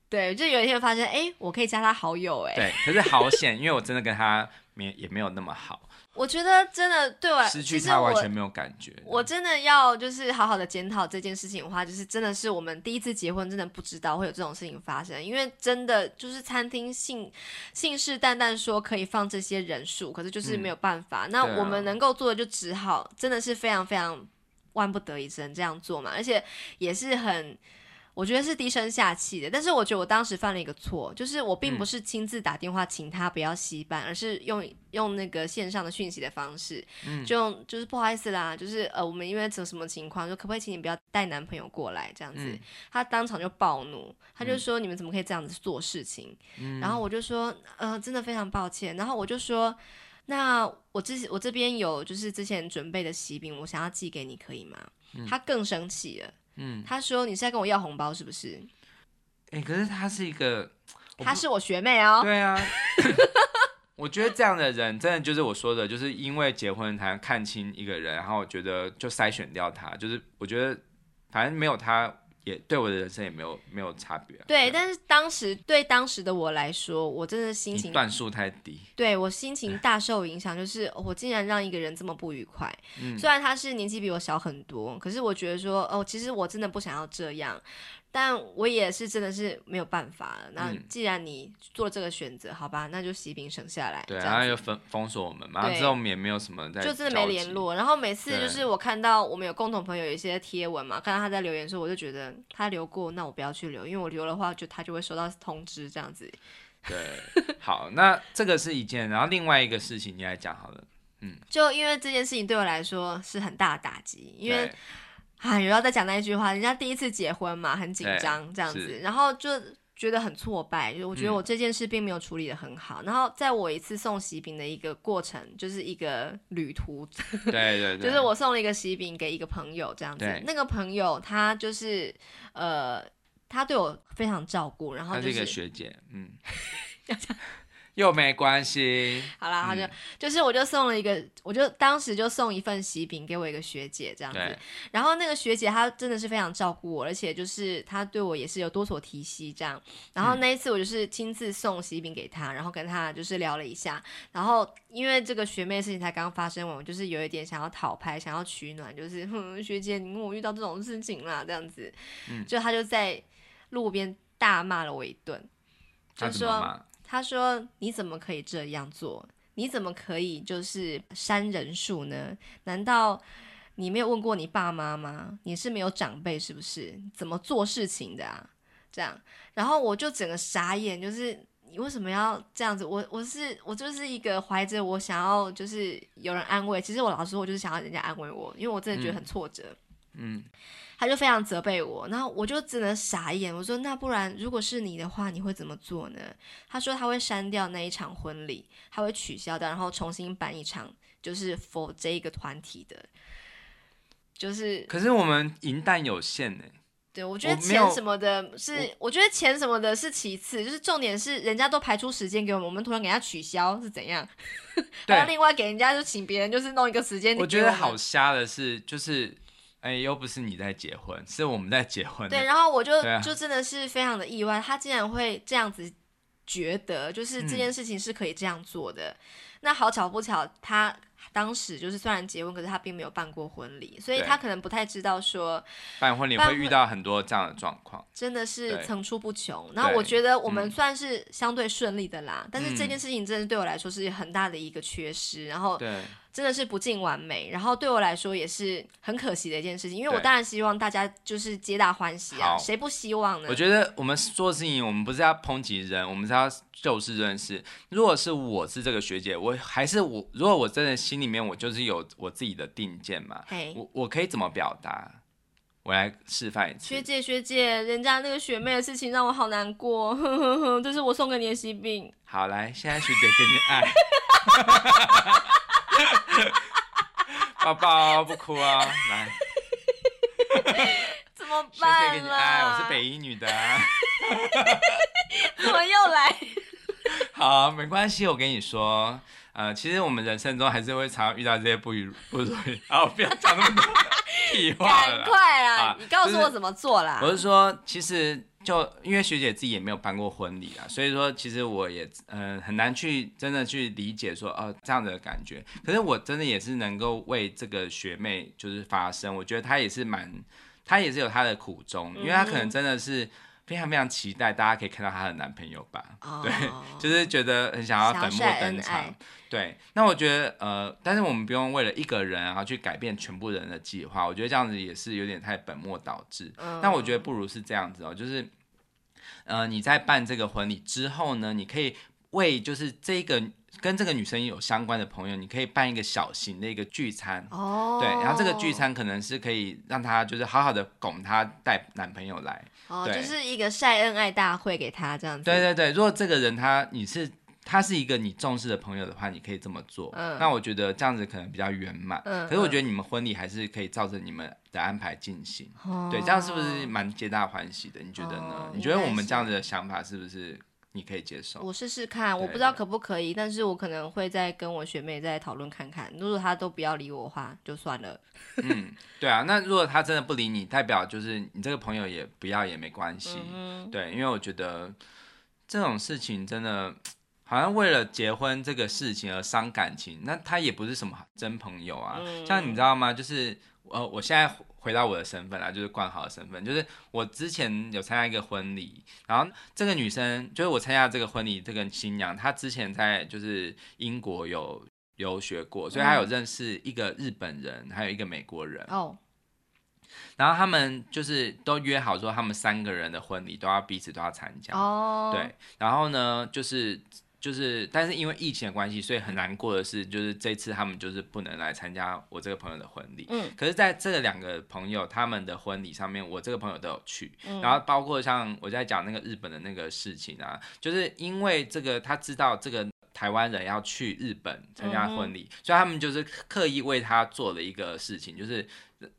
S1: 对，就有一天发现，哎，我可以加他好友，哎，
S2: 对，可是好险，因为我真的跟他没也没有那么好，
S1: 我觉得真的 对我，
S2: 失
S1: 其
S2: 去
S1: 实
S2: 他
S1: 我
S2: 完全没有感觉。
S1: 我真的要就是好好的检讨这件事情的话，就是真的是我们第一次结婚，真的不知道会有这种事情发生，因为真的就是餐厅信信誓旦旦说可以放这些人数，可是就是没有办法。那
S2: 对啊
S1: 我们能够做的就只好真的是非常非常万不得已只能这样做嘛，而且也是很。我觉得是低声下气的，但是我觉得我当时犯了一个错，就是我并不是亲自打电话请他不要惜办，而是用用那个线上的讯息的方式，就用就是不好意思啦，就是呃我们因为什么什么情况，就可不可以请你不要带男朋友过来这样子？
S2: 嗯
S1: 他当场就暴怒，他就说你们怎么可以这样子做事情？
S2: 嗯
S1: 然后我就说呃真的非常抱歉，然后我就说。那我之我这边有就是之前准备的喜饼，我想要寄给你，可以吗？他更生气了，
S2: 嗯，
S1: 他说你是在跟我要红包是不是？
S2: 哎、可是他是一个，不
S1: 她是我学妹哦。
S2: 对啊，我觉得这样的人真的就是我说的，就是因为结婚才看清一个人，然后我觉得就筛选掉他，就是我觉得反正没有他也对我的人生也没有没有差别啊、
S1: 对，
S2: 啊
S1: 但是当时对当时的我来说，我真的心
S2: 你
S1: 情
S2: 段数太低，
S1: 对我心情大受影响，就是哦我竟然让一个人这么不愉快。
S2: 嗯
S1: 虽然他是年纪比我小很多，可是我觉得说哦，其实我真的不想要这样，但我也是真的是没有办法了。那
S2: 嗯
S1: 既然你做了这个选择，好吧，那就喜饼省下来。
S2: 对，啊
S1: 这
S2: 然后
S1: 样
S2: 又
S1: 子
S2: 封封锁我们嘛，然
S1: 对
S2: 后之后我们也没有什么在
S1: 就真的没联络，然后每次就
S2: 对
S1: 是我看到我们有共同朋友有一些贴文嘛，看到他在留言的时候，我就觉得他留过，那我不要去留，因为我留的话就他就会收到通知这样子。
S2: 交集。对，好，那这个是一件，然后另外一个事情你来讲好了，
S1: 就因为这件事情对我来说是很大的打击，因为
S2: 对
S1: 啊，有要再讲那一句话，人家第一次结婚嘛，很紧张
S2: 对
S1: 这样子
S2: 是，
S1: 然后就觉得很挫败，就我觉得
S2: 嗯
S1: 我这件事并没有处理的很好。然后在我一次送喜饼的一个过程，就是一个旅途，
S2: 对对对，
S1: 就是我送了一个喜饼给一个朋友这样子
S2: 对，
S1: 那个朋友他就是呃，他对我非常照顾，然后
S2: 她
S1: 就是
S2: 一个学姐， 嗯，又没关系，
S1: 好啦，他就、
S2: 嗯
S1: 就是我就送了一个，我就当时就送一份喜饼给我一个学姐这样子
S2: 对，
S1: 然后那个学姐她真的是非常照顾我，而且就是她对我也是有多所提携这样。然
S2: 嗯
S1: 后那一次我就是亲自送喜饼给她，然后跟她就是聊了一下，然后因为这个学妹的事情才刚发生完，我就是有一点想要讨拍，想要取暖，就是哼学姐你跟我遇到这种事情啦这样子，
S2: 嗯
S1: 就她就在路边大骂了我一顿。
S2: 她
S1: 就
S2: 怎么
S1: 说
S2: 骂？
S1: 他说：“你怎么可以这样做？你怎么可以就是删人数呢？难道你没有问过你爸妈吗？你是没有长辈是不是？怎么做事情的啊？这样，然后我就整个傻眼，就是你为什么要这样子？我我是我就是一个怀着我想要就是有人安慰，其实我老实说，我就是想要人家安慰我，因为我真的觉得很挫折。
S2: 嗯，
S1: 他就非常责备我，然后我就只能傻眼。我说：“那不然，如果是你的话，你会怎么做呢？”他说：“他会删掉那一场婚礼，他会取消掉，然后重新办一场，就是 for 这一个团体的。”就是
S2: 可是我们银弹有限呢，
S1: 对我觉得
S2: 我没
S1: 钱
S2: 有
S1: 什么的是，我觉得钱什么的是其次，就是重点是人家都排出时间给我们，我们突然给他取消是怎样？
S2: 对
S1: 然后另外给人家就请别人就是弄一个时间给
S2: 我
S1: 们，
S2: 觉得好瞎的是，就是哎、又不是你在结婚，是我们在结婚。
S1: 对，，然后我就、
S2: 对啊
S1: 就真的是非常的意外，他竟然会这样子觉得，就是这
S2: 嗯
S1: 件事情是可以这样做的。那好巧不巧，他当时就是虽然结婚，可是他并没有办过婚礼，所以
S2: 对
S1: 他可能不太知道说
S2: 办婚礼
S1: 办
S2: 会
S1: 婚
S2: 遇到很多这样的状况。
S1: 真的是
S2: 对
S1: 层出不穷。然后我觉得我们
S2: 嗯
S1: 算是相对顺利的啦，但是这
S2: 嗯
S1: 件事情真的对我来说是很大的一个缺失，然后
S2: 对，
S1: 真的是不尽完美，然后对我来说也是很可惜的一件事情，因为我
S2: 对
S1: 当然希望大家就是皆大欢喜啊，
S2: 好
S1: 谁不希望呢？
S2: 我觉得我们做事情，我们不是要抨击人，我们是要就事论事。如果是我是这个学姐，我还是我，如果我真的心里面我就是有我自己的定见嘛，
S1: 嘿
S2: 我我可以怎么表达？我来示范一次
S1: 学。姐学姐，人家那个学妹的事情让我好难过， 呵呵呵，这是我送给你的喜饼。
S2: 好，来，现在学姐给你哎爱，抱抱，不哭啊，来。
S1: 怎么
S2: 学姐给
S1: 办
S2: 你
S1: 啦？
S2: 爱，我是北医女的啊、
S1: 怎么又 来？
S2: 好，没关系，我跟你说，呃，其实我们人生中还是会常遇到这些不如不如意。啊，我不要讲那么多屁话
S1: 赶
S2: 了啦。
S1: 快啦
S2: 啊！
S1: 你告诉
S2: 就是
S1: 我怎么做啦？
S2: 我是说，其实就因为学姐自己也没有办过婚礼啊，所以说其实我也嗯、呃很难去真的去理解说哦、这样的感觉。可是我真的也是能够为这个学妹就是发声，我觉得她也是蛮，她也是有她的苦衷，因为她可
S1: 嗯
S2: 能真的是非常非常期待大家可以看到她的男朋友吧。
S1: 哦
S2: 对，就是觉得很想要
S1: 想要
S2: 粉墨
S1: 晒恩
S2: 登
S1: 爱
S2: 场。对，那我觉得呃，但是我们不用为了一个人然啊后去改变全部人的计划，我觉得这样子也是有点太本末倒置。
S1: 嗯
S2: 那我觉得不如是这样子哦，就是呃，你在办这个婚礼之后呢，你可以为就是这个跟这个女生有相关的朋友，你可以办一个小型的一个聚餐。
S1: 哦，
S2: 对，然后这个聚餐可能是可以让她就是好好的拱她带男朋友来，
S1: 哦，
S2: 对
S1: 就是一个晒恩爱大会给他这样子。
S2: 对对对，如果这个人他你是他是一个你重视的朋友的话，你可以这么做。
S1: 嗯
S2: 那我觉得这样子可能比较圆满。
S1: 嗯
S2: 可是我觉得你们婚礼还是可以照着你们的安排进行。
S1: 哦
S2: 对，这样是不是蛮皆大欢喜的？你觉得呢？
S1: 哦
S2: 你觉得我们这样
S1: 应该
S2: 子的想法是不是你可以接受。
S1: 我试试看，我不知道可不可以，但是我可能会再跟我学妹再讨论看看。如果她都不要理我的话，就算了。
S2: 嗯，对啊，那如果他真的不理你，代表就是你这个朋友也不要也没关系，
S1: 嗯
S2: 对，因为我觉得这种事情真的好像为了结婚这个事情而伤感情，那他也不是什么真朋友啊。像你知道吗？就是呃，我现在回到我的身份啊，就是冠豪的身份，就是我之前有参加一个婚礼，然后这个女生就是我参加这个婚礼这个新娘，她之前在就是英国有。留学过，所以她有认识一个日本人，还有一个美国人。
S1: 哦，
S2: 然后他们就是都约好说，他们三个人的婚礼都要彼此都要参加。
S1: 哦，
S2: 对，然后呢，就是就是，但是因为疫情的关系，所以很难过的是，就是这次他们就是不能来参加我这个朋友的婚礼。
S1: 嗯，
S2: 可是在这两个朋友他们的婚礼上面，我这个朋友都有去，
S1: 嗯
S2: 然后包括像我在讲那个日本的那个事情啊，就是因为这个他知道这个。台湾人要去日本参加婚
S1: 嗯
S2: 礼，所以他们就是刻意为他做了一个事情，就是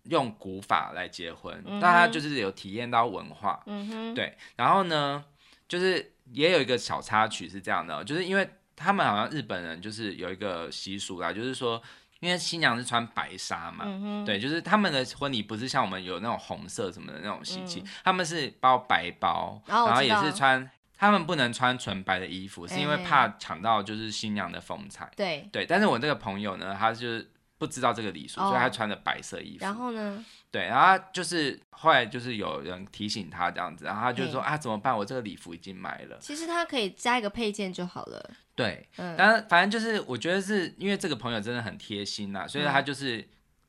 S2: 用古法来结婚，那、他就是有体验到文化，
S1: 嗯哼，
S2: 对，然后呢，就是也有一个小插曲是这样的哦，就是因为他们好像日本人就是有一个习俗啦，就是说，因为新娘是穿白纱嘛，
S1: 嗯哼，
S2: 对，就是他们的婚礼不是像我们有那种红色什么的那种习气，他们是包白包，
S1: 嗯哦我
S2: 然后
S1: 知
S2: 也是
S1: 道
S2: 穿，他们不能穿纯白的衣服，是因为
S1: 哎
S2: 怕抢到就是新娘的风采。
S1: 对。
S2: 对，但是我这个朋友呢，他就是不知道这个礼数，所以他
S1: 哦
S2: 穿的白色衣服。
S1: 然后呢？
S2: 对，然后他就是后来就是有人提醒他这样子，然后他就说、啊怎么办？我这个礼服已经买了。
S1: 其实它可以加一个配件就好了。
S2: 对，
S1: 嗯，
S2: 但反正就是我觉得是因为这个朋友真的很贴心啊啦，所以
S1: 嗯
S2: 他就是、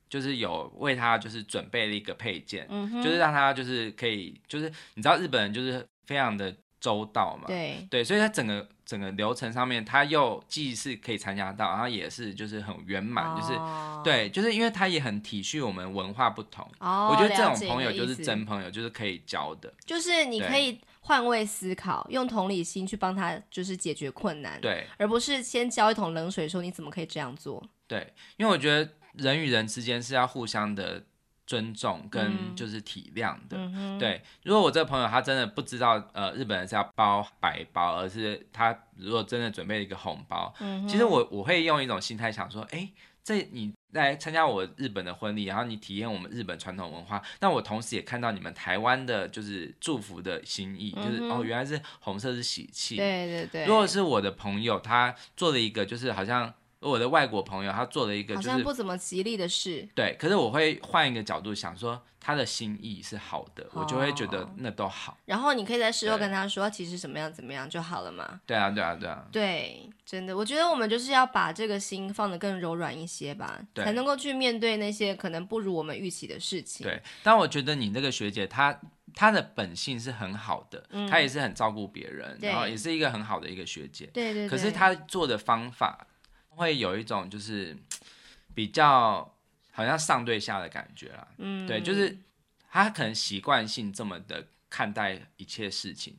S2: 就是有为他就是准备了一个配件，
S1: 嗯哼，
S2: 就是让他就是可以就是你知道日本人就是非常的周到嘛，
S1: 对，
S2: 对，所以他整个整个流程上面，他又既是可以参加到，然后也是就是很圆满，就是
S1: 哦，
S2: 对，就是因为他也很体恤我们文化不同。
S1: 哦，
S2: 我觉得这
S1: 了
S2: 种
S1: 解
S2: 朋
S1: 你
S2: 友
S1: 的
S2: 就
S1: 意
S2: 是
S1: 思
S2: 真朋友，就是可以交的。
S1: 就是你
S2: 对
S1: 可以换位思考，用同理心去帮他，就是解决困难，，
S2: 对
S1: 而不是先浇一桶冷水说你怎么可以这样做。
S2: 对，因为我觉得人与人之间是要互相的尊重跟
S1: 嗯
S2: 就是体谅的。
S1: 嗯哼，
S2: 对，如果我这个朋友他真的不知道，呃，日本人是要包白包，而是他如果真的准备了一个红包，
S1: 嗯哼，
S2: 其实我我会用一种心态想说，哎、这你来参加我日本的婚礼，然后你体验我们日本传统文化，那我同时也看到你们台湾的就是祝福的心意，就是、
S1: 嗯哼
S2: 哦，原来是红色是喜气，
S1: 对对对，
S2: 如果是我的朋友，他做了一个就是好像我的外国朋友，他做了一个
S1: 好
S2: 就
S1: 像
S2: 是
S1: 不怎么吉利的事，
S2: 对，可是我会换一个角度想说，他的心意是好的，我就会觉得
S1: 哦
S2: 那都好。
S1: 然后你可以在事后
S2: 对
S1: 跟他说，其实怎么样怎么样就好了嘛。
S2: 对啊，对啊，对啊，
S1: 对，真的，我觉得我们就是要把这个心放得更柔软一些吧，
S2: 对
S1: 才能够去面对那些可能不如我们预期的事情。
S2: 对。但我觉得你这个学姐，她她的本性是很好的，她也是很照顾别人，
S1: 嗯对
S2: 然后也是一个很好的一个学姐。
S1: 对对对。
S2: 可是她做的方法会有一种就是比较好像上对下的感觉啦。
S1: 嗯，
S2: 对，就是他可能习惯性这么的看待一切事情，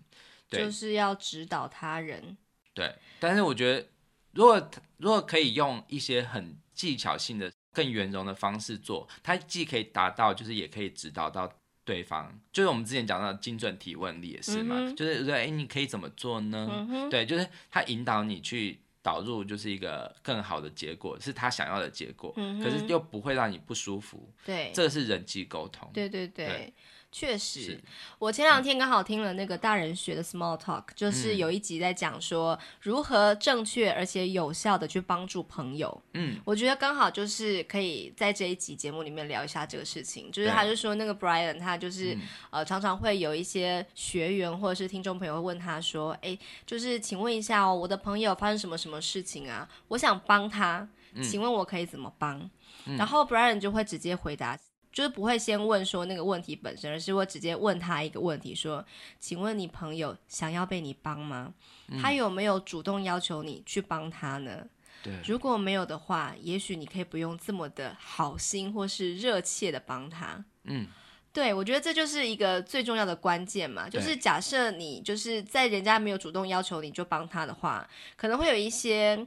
S2: 对
S1: 就是要指导他人。
S2: 对。但是我觉得，如果如果可以用一些很技巧性的、更圆融的方式做，它既可以达到，就是也可以指导到对方。就是我们之前讲到的精准提问力也是嘛，
S1: 嗯哼
S2: 就是说，哎，你可以怎么做呢？
S1: 嗯哼，
S2: 对，就是他引导你去导入，就是一个更好的结果，是他想要的结果，
S1: 嗯
S2: 可是
S1: 哼
S2: 又不会让你不舒服，
S1: 对，
S2: 这是人际沟通。
S1: 对对对。
S2: 对
S1: 确
S2: 是
S1: 实，我前两天刚好听了那个大人学的 Small Talk，就是
S2: 嗯
S1: 有一集在讲说如何正确而且有效的去帮助朋友。
S2: 嗯，
S1: 我觉得刚好就是可以在这一集节目里面聊一下这个事情，就是他
S2: 对
S1: 就说那个 Brian 他就是、
S2: 嗯
S1: 呃常常会有一些学员或者是听众朋友会问他说，哎，就是请问一下哦，我的朋友发生什么什么事情啊？我想帮他，
S2: 嗯
S1: 请问我可以怎么帮？然后 Brian 就会直接回答。就是不会先问说那个问题本身，而是会直接问他一个问题，说：“请问你朋友想要被你帮吗？
S2: 嗯
S1: 他有没有主动要求你去帮他呢？”
S2: 对。
S1: 如果没有的话，也许你可以不用这么的好心或是热切的帮他。
S2: 嗯，
S1: 对，我觉得这就是一个最重要的关键嘛，就是假设你就是在人家没有主动要求你就帮他的话，可能会有一些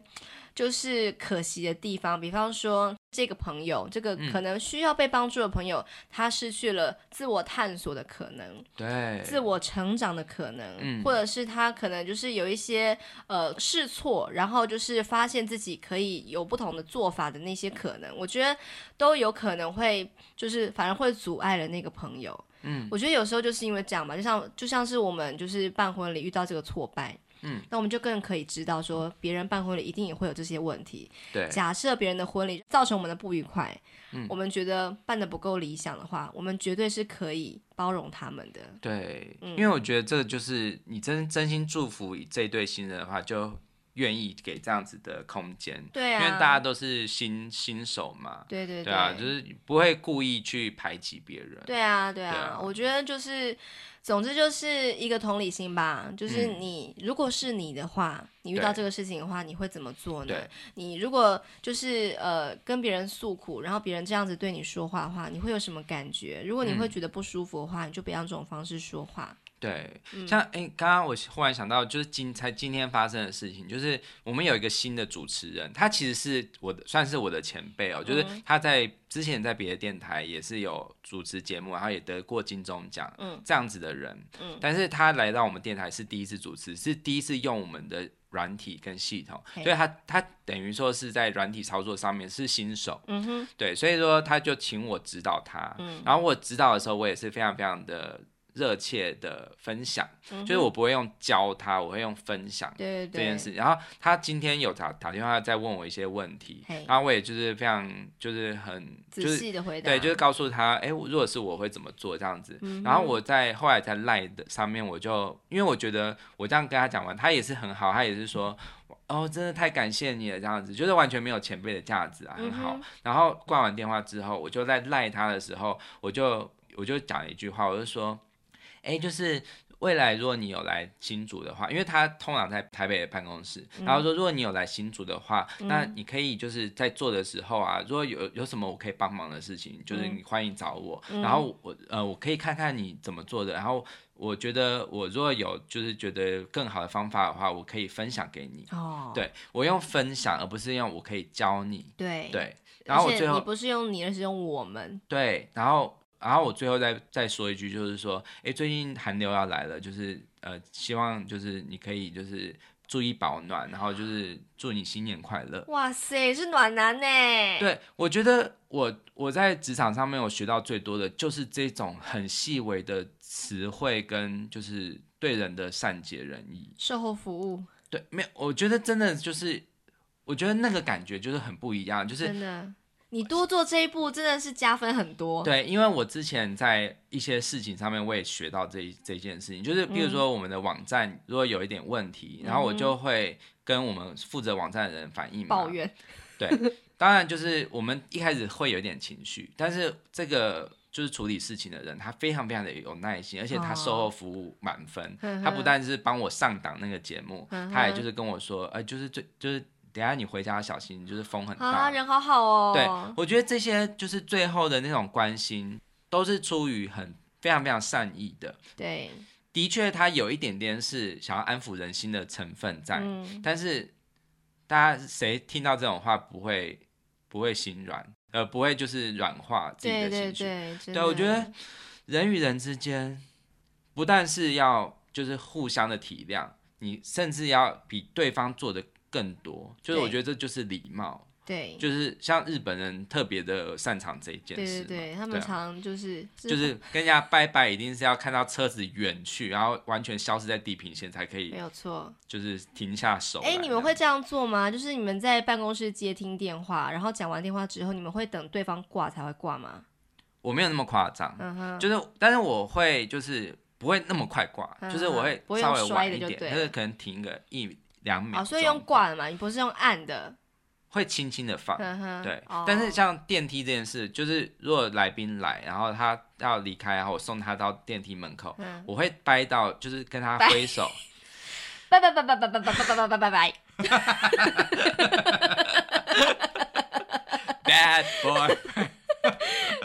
S1: 就是可惜的地方，比方说这个朋友，这个可能需要被帮助的朋友，他失去了自我探索的可能，
S2: 对，
S1: 自我成长的可能，
S2: 嗯
S1: 或者是他可能就是有一些呃试错，然后就是发现自己可以有不同的做法的那些可能，我觉得都有可能会就是反而会阻碍了那个朋友。
S2: 嗯，
S1: 我觉得有时候就是因为这样吧，就像就像是我们就是办婚礼遇到这个挫败。
S2: 嗯，
S1: 那我们就更可以知道说，别人办婚礼一定也会有这些问题。
S2: 对，
S1: 假设别人的婚礼造成我们的不愉快，
S2: 嗯
S1: 我们觉得办的不够理想的话，我们绝对是可以包容他们的。
S2: 对，
S1: 嗯
S2: 因为我觉得这就是你真真心祝福这一对新人的话，就愿意给这样子的空间，
S1: 对
S2: 因
S1: 啊，
S2: 为大家都是新新手嘛，
S1: 对对
S2: 对啊，就是不会故意去排挤别人，
S1: 对啊，对
S2: 对
S1: 啊
S2: 啊，
S1: 我觉得就是，总之就是一个同理心吧。就是
S2: 嗯
S1: 你、如果是你的话，你遇到
S2: 对
S1: 这个事情的话，你会怎么做呢
S2: 对？
S1: 你如果就是呃跟别人诉苦，然后别人这样子对你说话的话，你会有什么感觉？如果你会
S2: 嗯
S1: 觉得不舒服的话，你就不要用这种方式说话。
S2: 对，
S1: 嗯
S2: 像哎，诶刚刚我忽然想到，就是今才今天发生的事情，就是我们有一个新的主持人，他其实是我的算是我的前辈哦，就是
S1: 嗯
S2: 他在之前在别的电台也是有主持节目，然后也得过金钟奖，
S1: 嗯
S2: 这样子的人，
S1: 嗯
S2: 但是他来到我们电台是第一次主持，是第一次用我们的软体跟系统，
S1: 嘿
S2: 所以他他等于说是在软体操作上面是新手，
S1: 嗯哼，
S2: 对，所以说他就请我指导他，
S1: 嗯
S2: 然后我指导的时候，我也是非常非常的热切的分享，
S1: 嗯哼
S2: 就是我不会用教他，我会用分享
S1: 对对
S2: 这
S1: 对，
S2: 件事。然后他今天有打打电话再问我一些问题
S1: 嘿，
S2: 然后我也就是非常就是很就
S1: 仔
S2: 是。
S1: 细的啊嗯回答，
S2: 对，就是告诉他，哎、我如果是我会怎么做这样子。然后我在后来在赖的上面，我就因为我觉得我这样跟他讲完，他也是很好，他也是说，哦，真的太感谢你了这样子，就是完全没有前辈的价值啊，很好。
S1: 嗯
S2: 然后挂完电话之后，我就在赖他的时候，我就我就讲了一句话，我就说，哎、就是。未来如果你有来新竹的话，因为他通常在台北的办公室，然后说如果你有来新竹的话，那你可以就是在做的时候啊，如果有有什么我可以帮忙的事情，就是你欢迎找我，然后我呃我可以看看你怎么做的，然后我觉得我如果有就是觉得更好的方法的话，我可以分享给你。
S1: 哦，
S2: 对我用分享，而不是用我可以教你。
S1: 对。
S2: 对，然后我
S1: 而且
S2: 最
S1: 你
S2: 后
S1: 不是用你，而是用我们。
S2: 对，然后然后我最后再再说一句，就是说，哎，最近寒流要来了，就是呃，希望就是你可以就是注意保暖，然后就是祝你新年快乐。
S1: 哇塞，是暖男呢。
S2: 对，我觉得我我在职场上面我学到最多的就是这种很细微的词汇跟就是对人的善解人意。
S1: 售后服务
S2: 对，没有，我觉得真的就是，我觉得那个感觉就是很不一样，就是
S1: 真的，你多做这一步真的是加分很多。
S2: 对，因为我之前在一些事情上面，我也学到这一这件事情，就是比如
S1: 嗯
S2: 说我们的网站如果有一点问题，然后我就会跟我们负责网站的人反映嘛
S1: 抱。怨，
S2: 对，当然就是我们一开始会有一点情绪，但是这个就是处理事情的人，他非常非常的有耐心，而且他售
S1: 哦
S2: 后服务满分，
S1: 呵呵
S2: 他不但是帮我上档那个节目，
S1: 呵呵
S2: 他也就是跟我说，呃，就是最就是等一下你回家要小心，就是风很大。
S1: 啊，人好好哦。
S2: 对，我觉得这些就是最后的那种关心，都是出于很非常非常善意的。
S1: 对，
S2: 的确，它有一点点是想要安抚人心的成分在，
S1: 嗯，
S2: 但是大家谁听到这种话不会不会心软，呃，不会就是软化自己
S1: 对
S2: 的
S1: 对
S2: 情绪。
S1: 对，真
S2: 对，我觉
S1: 的
S2: 得人与人之间不但是要就是互相的体谅，你甚至要比对方做的更多，就是我
S1: 对
S2: 觉得这就是礼貌。
S1: 对，
S2: 就是像日本人特别的擅长这一件
S1: 对
S2: 事
S1: 对
S2: 嘛，
S1: 对，他们
S2: 啊
S1: 常就是
S2: 就是跟人家拜拜，一定是要看到车子远去，然后完全消失在地平线才可以
S1: 没，有错。
S2: 就是停下手来这
S1: 哎，
S2: 样。
S1: 你们会这样做吗？就是你们在办公室接听电话，然后讲完电话之后，你们会等对方挂才会挂吗？
S2: 我没有那么夸张，
S1: 嗯哼，
S2: 就是但是我会就是不会那么快挂，
S1: 嗯
S2: 就是我会
S1: 不会
S2: 稍
S1: 用
S2: 微
S1: 摔
S2: 晚
S1: 的
S2: 一
S1: 就
S2: 点，
S1: 对
S2: 就是
S1: 了
S2: 可能停个一两秒钟、
S1: 哦，所以用挂的嘛，你不是用按的。
S2: 会轻轻的放。
S1: 嗯哼，
S2: 对，
S1: 哦
S2: 但是像电梯这件事，就是如果来宾来，然后他要离开，然后我送他到电梯门口，
S1: 嗯
S2: 我会掰到，就是跟他
S1: 掰
S2: 挥手，
S1: 拜拜拜拜拜拜拜拜拜拜拜拜拜。
S2: Bad boy，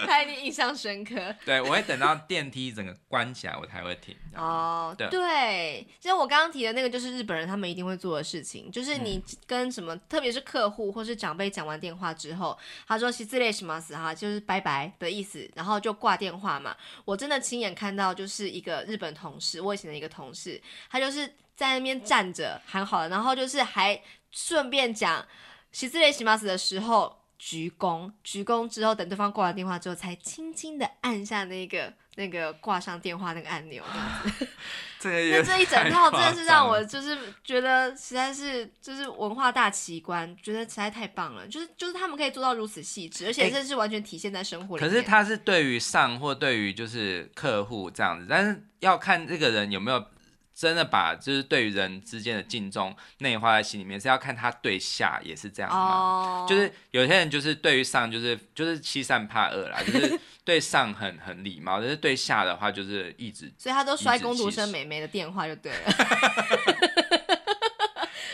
S1: 害你印象深刻。
S2: 对，我会等到电梯整个关起来，我才会停。
S1: 哦，
S2: 对
S1: 对，其实我刚刚提的那个就是日本人他们一定会做的事情，就是你跟什么，特别是客户或是长辈讲完电话之后，他说“西之类什么死哈”，就是拜拜的意思，然后就挂电话嘛。我真的亲眼看到，就是一个日本同事，我以前的一个同事，他就是在那边站着喊好了，然后就是还顺便讲“西之类什么死”的时候。鞠躬，鞠躬之后，等对方挂完电话之后，才轻轻的按下那个那个挂上电话那个按钮。
S2: 这个
S1: 那
S2: 也
S1: 这一整
S2: 太
S1: 套真
S2: 夸
S1: 的是让
S2: 张了
S1: 我就是觉得实在是就是文化大奇观，觉得实在太棒了。就是就是他们可以做到如此细致，而且
S2: 诶
S1: 这是完全体现在生活里
S2: 哎可
S1: 面。
S2: 是他是对于上或对于就是客户这样子，但是要看这个人有没有真的把就是对于人之间的敬重内化在心里面，是要看他对下也是这样吗？
S1: 哦，
S2: 啊就是有些人就是对于上就是就是欺善怕恶啦，就是 对上很很礼貌，但是对下的话就是一直
S1: 所以他都摔工读生美眉的电话就对 了。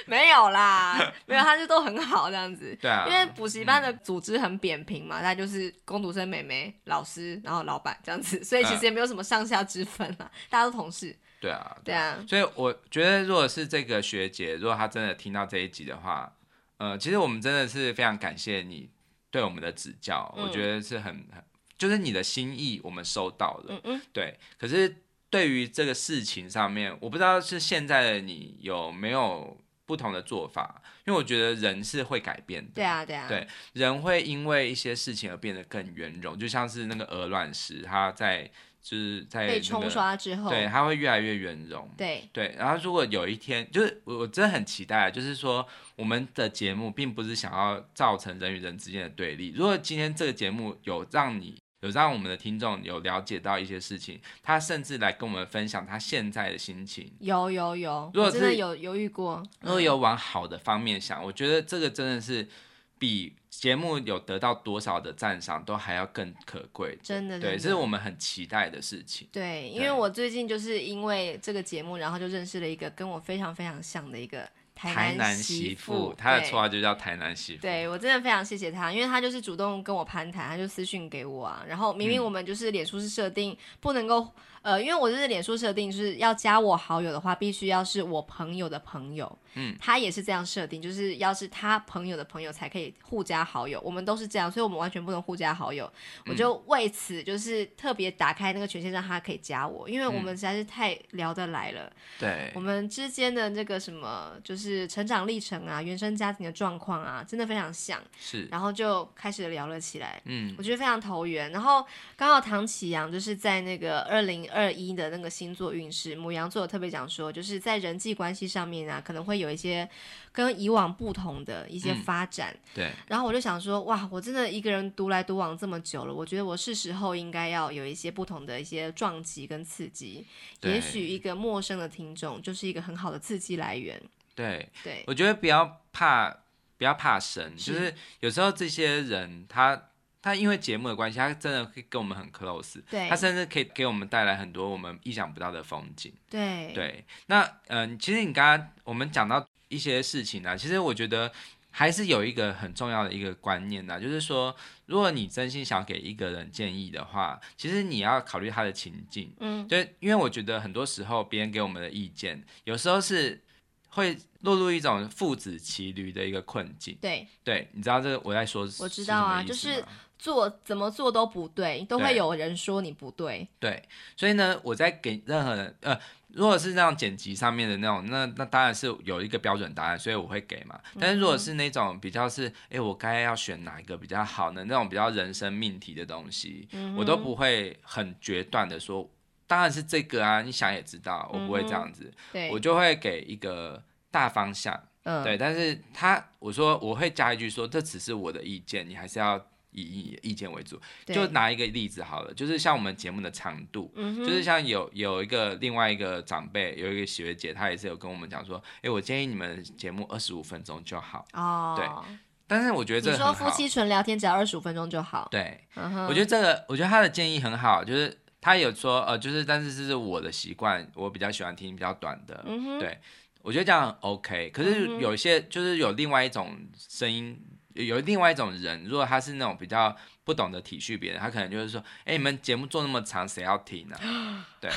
S1: 没有啦，没有，他就都很好这样子。
S2: 对 啊
S1: 因为补习班的组织很扁平嘛，那就是工读生美眉、老师，然后老板这样子，所以
S2: 嗯
S1: 其实也没有什么上下之分啊，大家都同事。
S2: 对啊
S1: 对啊，
S2: 所以我觉得，如果是这个学姐，如果她真的听到这一集的话，呃，其实我们真的是非常感谢你对我们的指教，
S1: 嗯
S2: 我觉得是很很，就是你的心意我们收到了，
S1: 嗯嗯，
S2: 对。可是对于这个事情上面，我不知道是现在的你有没有不同的做法，因为我觉得人是会改变的，
S1: 对啊，对啊，
S2: 对人会因为一些事情而变得更圆融，就像是那个鹅卵石，它在就是在、那个、
S1: 被冲刷之后，
S2: 哎对，它会越来越圆融。
S1: 对
S2: 对，然后如果有一天，就是我我真的很期待，啊就是说我们的节目并不是想要造成人与人之间的对立。如果今天这个节目有让你有让我们的听众有了解到一些事情，他甚至来跟我们分享他现在的心情，
S1: 有有有，
S2: 如果
S1: 我真的
S2: 是
S1: 有犹豫过，嗯
S2: 如果有往好的方面想，我觉得这个真的是比节目有得到多少的赞赏都还要更可贵的。
S1: 真的
S2: 对，
S1: 真
S2: 这是
S1: 的
S2: 我们很期待的事情。
S1: 对，因
S2: 对
S1: 为我最近就是因为这个节目，然后就认识了一个跟我非常非常像的一个
S2: 台
S1: 南
S2: 南媳
S1: 妇
S2: 妇，，她的
S1: 对
S2: 绰号就叫台南媳妇。
S1: 对我真的非常谢谢他，因为他就是主动跟我攀谈，他就私讯给我啊。然后明明我们就是脸书是设定、不能够，呃，因为我就是脸书设定就是要加我好友的话，必须要是我朋友的朋友。
S2: 嗯，
S1: 他也是这样设定，就是要是他朋友的朋友才可以互加好友。我们都是这样，所以我们完全不能互加好友。我就为此就是特别打开那个权限，让他可以加我，因为我们实在是太聊得来了。
S2: 对
S1: 我们之间的这个什么，就是成长历程啊，原生家庭的状况啊，真的非常像。
S2: 是，
S1: 然后就开始聊了起来。
S2: 嗯，
S1: 我觉得非常投缘，然后刚好唐启阳就是在那个二零二一的那个星座运势，母羊座有特别讲说，就是在人际关系上面啊，可能会有一些跟以往不同的一些
S2: 嗯
S1: 发展。
S2: 对，
S1: 然后我就想说，哇，我真的一个人独来独往这么久了，我觉得我是时候应该要有一些不同的一些撞击跟刺激。
S2: 对
S1: 也许一个陌生的听众就是一个很好的刺激来源。
S2: 对，
S1: 对，
S2: 我觉得不要怕，不要怕神，就是是有时候这些人他他因为节目的关系，他真的会跟我们很 close，
S1: 对
S2: 他甚至可以给我们带来很多我们意想不到的风景。
S1: 对，
S2: 对，那嗯、其实你刚刚我们讲到一些事情呢、啊，其实我觉得还是有一个很重要的一个观念呢、就是说，如果你真心想给一个人建议的话，其实你要考虑他的情境。
S1: 嗯，
S2: 对，因为我觉得很多时候别人给我们的意见，有时候是会落入一种父子骑驴的一个困境。
S1: 对。
S2: 对，你知道这个我在说是
S1: 我知道啊
S2: 是什
S1: 就
S2: 么意思
S1: 是
S2: 吗
S1: 做怎么做都不对，都会
S2: 对
S1: 有人说你不对。
S2: 对，所以呢，我在给任何人呃，如果是那种剪辑上面的那种，那那当然是有一个标准答案，所以我会给嘛。
S1: 嗯
S2: 但是如果是那种比较是，哎、我该要选哪一个比较好呢？那种比较人生命题的东西，
S1: 嗯
S2: 我都不会很决断的说，当然是这个啊，你想也知道，我不会这样子。
S1: 对，
S2: 我就会给一个大方向，
S1: 嗯，
S2: 对，但是他我说我会加一句说，这只是我的意见，你还是要以意意见为主。
S1: 对
S2: 就拿一个例子好了，就是像我们节目的长度，
S1: 嗯哼
S2: 就是像有有一个另外一个长辈，有一个学姐，她也是有跟我们讲说，哎、我建议你们节目二十五分钟就好，
S1: 哦，
S2: 但是我觉得
S1: 你
S2: 这个
S1: 说
S2: 很
S1: 夫
S2: 好，
S1: 妻纯聊天只要二十五分钟就好。
S2: 对，
S1: 嗯哼，
S2: 我觉得这个，我觉得他的建议很好，就是他有说，呃，就是但是这是我的习惯，我比较喜欢听比较短的，
S1: 嗯
S2: 对，我觉得这样很 OK。可是有一些、就是有另外一种声音，有另外一种人，如果他是那种比较不懂得体恤别人，他可能就是说，哎、你们节目做那么长，谁要听呢、 对，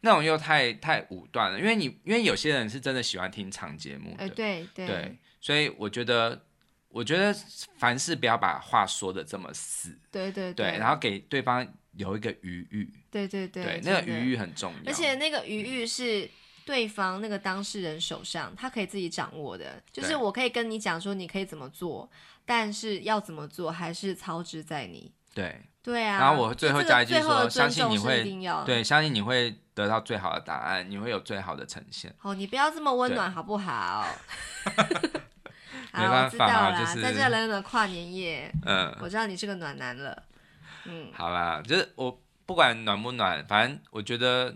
S2: 那种又太太武断了，因为你因为有些人是真的喜欢听长节目的，
S1: 哎，对对
S2: 对，所以我觉得。我觉得凡事不要把话说的这么死，
S1: 对对
S2: 对，然后给对方有一个余裕，
S1: 对对对
S2: 对，那个
S1: 真的
S2: 余裕很重要。
S1: 而且那个余裕是对方那个当事人手上，他可以自己掌握的。就是
S2: 对
S1: 我可以跟你讲说你可以怎么做，但是要怎么做还是操之在你。
S2: 对，
S1: 对啊。
S2: 然后我最后
S1: 这个
S2: 加一句
S1: 最后的
S2: 说，相信
S1: 尊
S2: 你
S1: 重是一
S2: 会
S1: 定要的。
S2: 对，相信你会得到最好的答案，你会有最好的呈现。
S1: 哦，你不要这么温
S2: 对
S1: 暖好不好？好，
S2: 没
S1: 我
S2: 办
S1: 知
S2: 法
S1: 道
S2: 啊
S1: 啦，
S2: 就是
S1: 在这冷冷的跨年 夜，
S2: 嗯，
S1: 我知道你是个暖男了。嗯，
S2: 好啦，就是我不管暖不暖，反正我觉得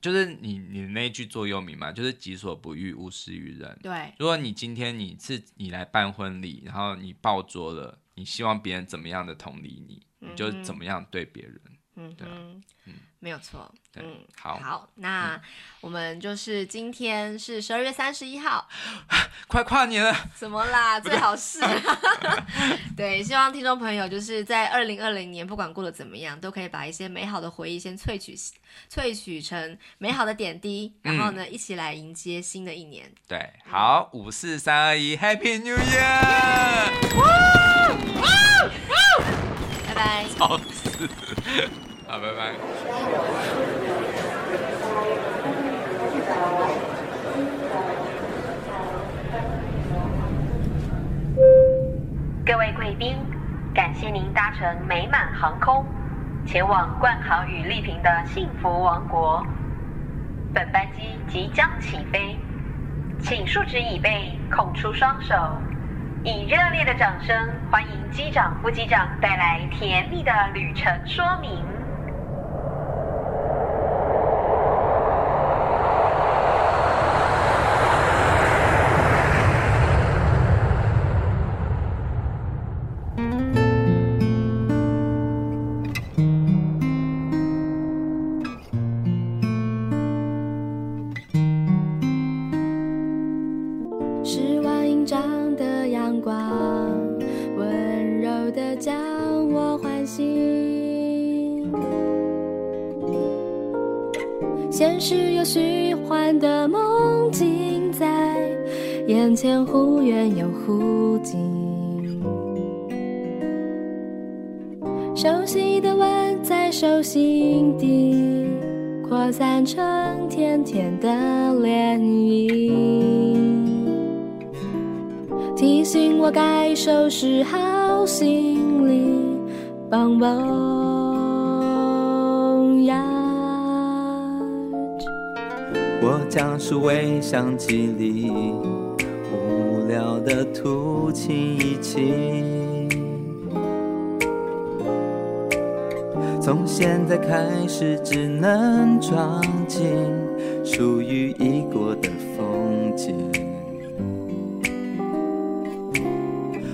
S2: 就是你你那一句座右铭嘛，就是己所不欲，勿施于人。
S1: 对，
S2: 如果你今天你是你来办婚礼，然后你报桌了，你希望别人怎么样的同理你，你就
S1: 嗯哼
S2: 怎么样对别人。
S1: 嗯
S2: 对啊
S1: 哼
S2: 嗯，
S1: 没有错。
S2: 对
S1: 嗯，
S2: 好
S1: 那我们就是今天是十二月三十一号，
S2: 快跨年了，
S1: 怎么啦？最好是。对，希望听众朋友就是在二零二零年，不管过得怎么样，都可以把一些美好的回忆先萃取、萃取成美好的点滴，然后呢，一起来迎接新的一年。
S2: 对，好，
S1: 嗯
S2: 五四三二一，Happy New Year！
S1: 拜拜。
S2: 好死，好，拜拜。
S3: 各位贵宾，感谢您搭乘美满航空前往冠豪与丽萍的幸福王国。本班机即将起飞，请竖直椅背，空出双手，以热烈的掌声欢迎机长、副机长带来甜蜜的旅程说明。
S4: 十万英丈的阳光，温柔的将我唤醒。现实有虚幻的梦境在眼前忽远又忽近，熟悉的吻在手心底扩散成甜甜的涟漪。提醒我该收拾好行李，帮忙呀。
S5: 我将数位相机里无聊的吐气一气。从现在开始，只能装进属于异国的风景。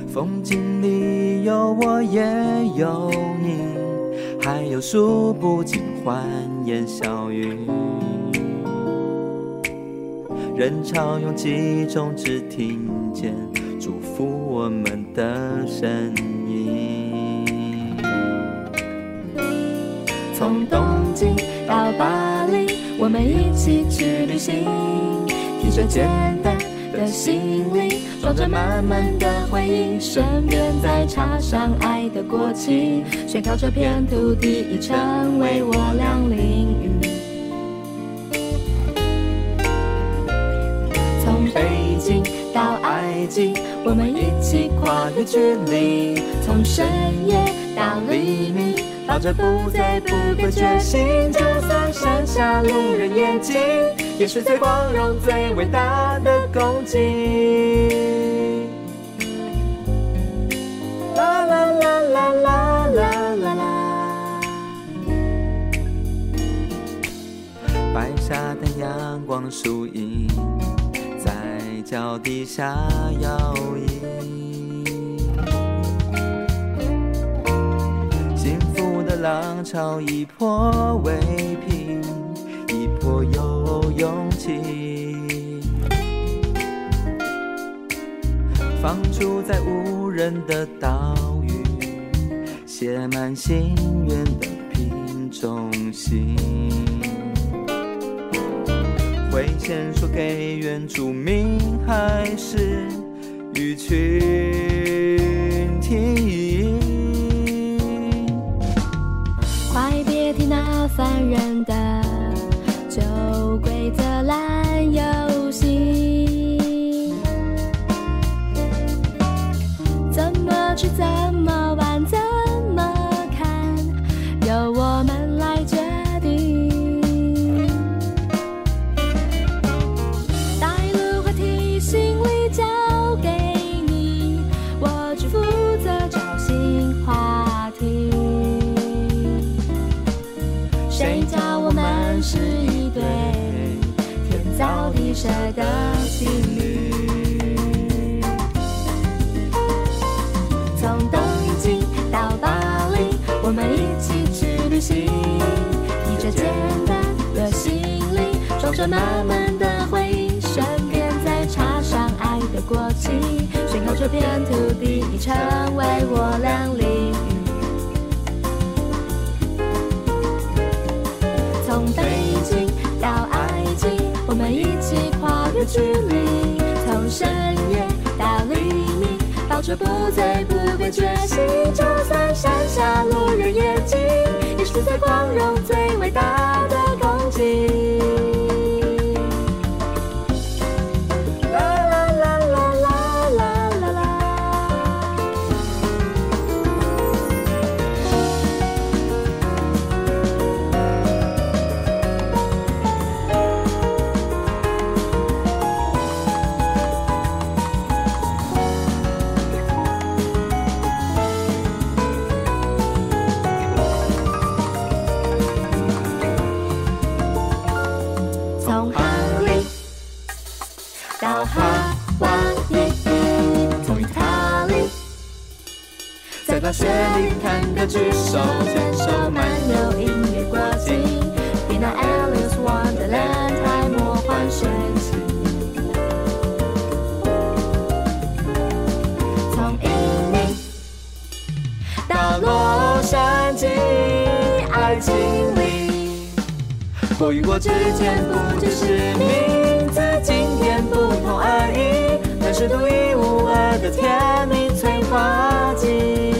S5: 风景里有我，也有你，还有数不尽欢言笑语。人潮拥挤中，只听见祝福我们的声音。
S4: 从东京到巴黎，我们一起去旅行。提着简单的行李，装着满满的回忆，身边再插上爱的国旗，宣告这片土地已成为我俩淋雨。从北京到埃及，我们一起跨越距离，从深夜到黎明，抱着不醉不归决心，就算剩下路人眼睛，也是最光荣、最伟大的功绩。啦啦啦啦啦啦啦啦。
S5: 白沙滩阳光树影在脚底下摇曳，幸福的浪潮一波未平，一波又涌起。放逐在无人的岛屿，写满心愿的品种心。会先说给原住民还是鱼群听？
S4: 快别听那烦人的旧规则烂游戏，怎么吃怎么玩怎么看，由我们来决定。带路话题行李交给你，我只负责找新话题。谁叫我们是一对天造地设的情侣？从东京到巴黎，我们一起去旅行，提着简单的行李，装着满满的回忆，顺便再插上爱的国旗，宣告这片土地已成为我俩淋雨。从北京到爱情，我们一起跨越距离，从深夜到黎明，抱着不醉不归决心，就算山下路人也近，也是最光荣、最伟大的攻击。啦啦啦啦啦啦啦啦。从哈利到哈瓦伊，从意大利
S5: 在大雪里看个举手
S4: 牵
S5: 牵
S4: 手
S5: 手
S4: 漫
S5: 漫
S4: 游
S5: 游
S4: 音乐国境，比那 Alice Wonderland 还魔幻神奇。从印尼到洛杉矶，爱情里。
S5: 我与我之间不只是名字，今天不同而已，但是独一无二的甜蜜催化剂。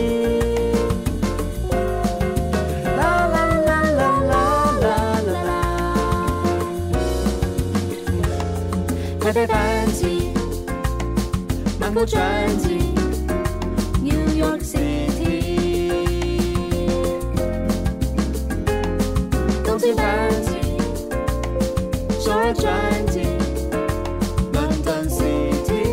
S5: 啦啦啦啦啦啦啦啦，台北班机，曼谷转机
S4: New York City，东京南京，首尔转机，London City，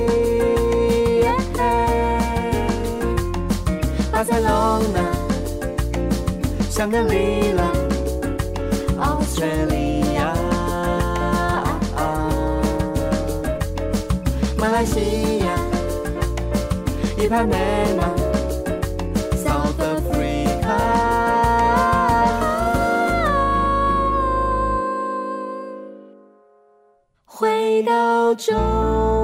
S4: 巴塞隆纳
S5: 香格里拉，
S4: ，Australia，
S5: 马来西亚，伊帕内马。South Africa。
S4: 回到中。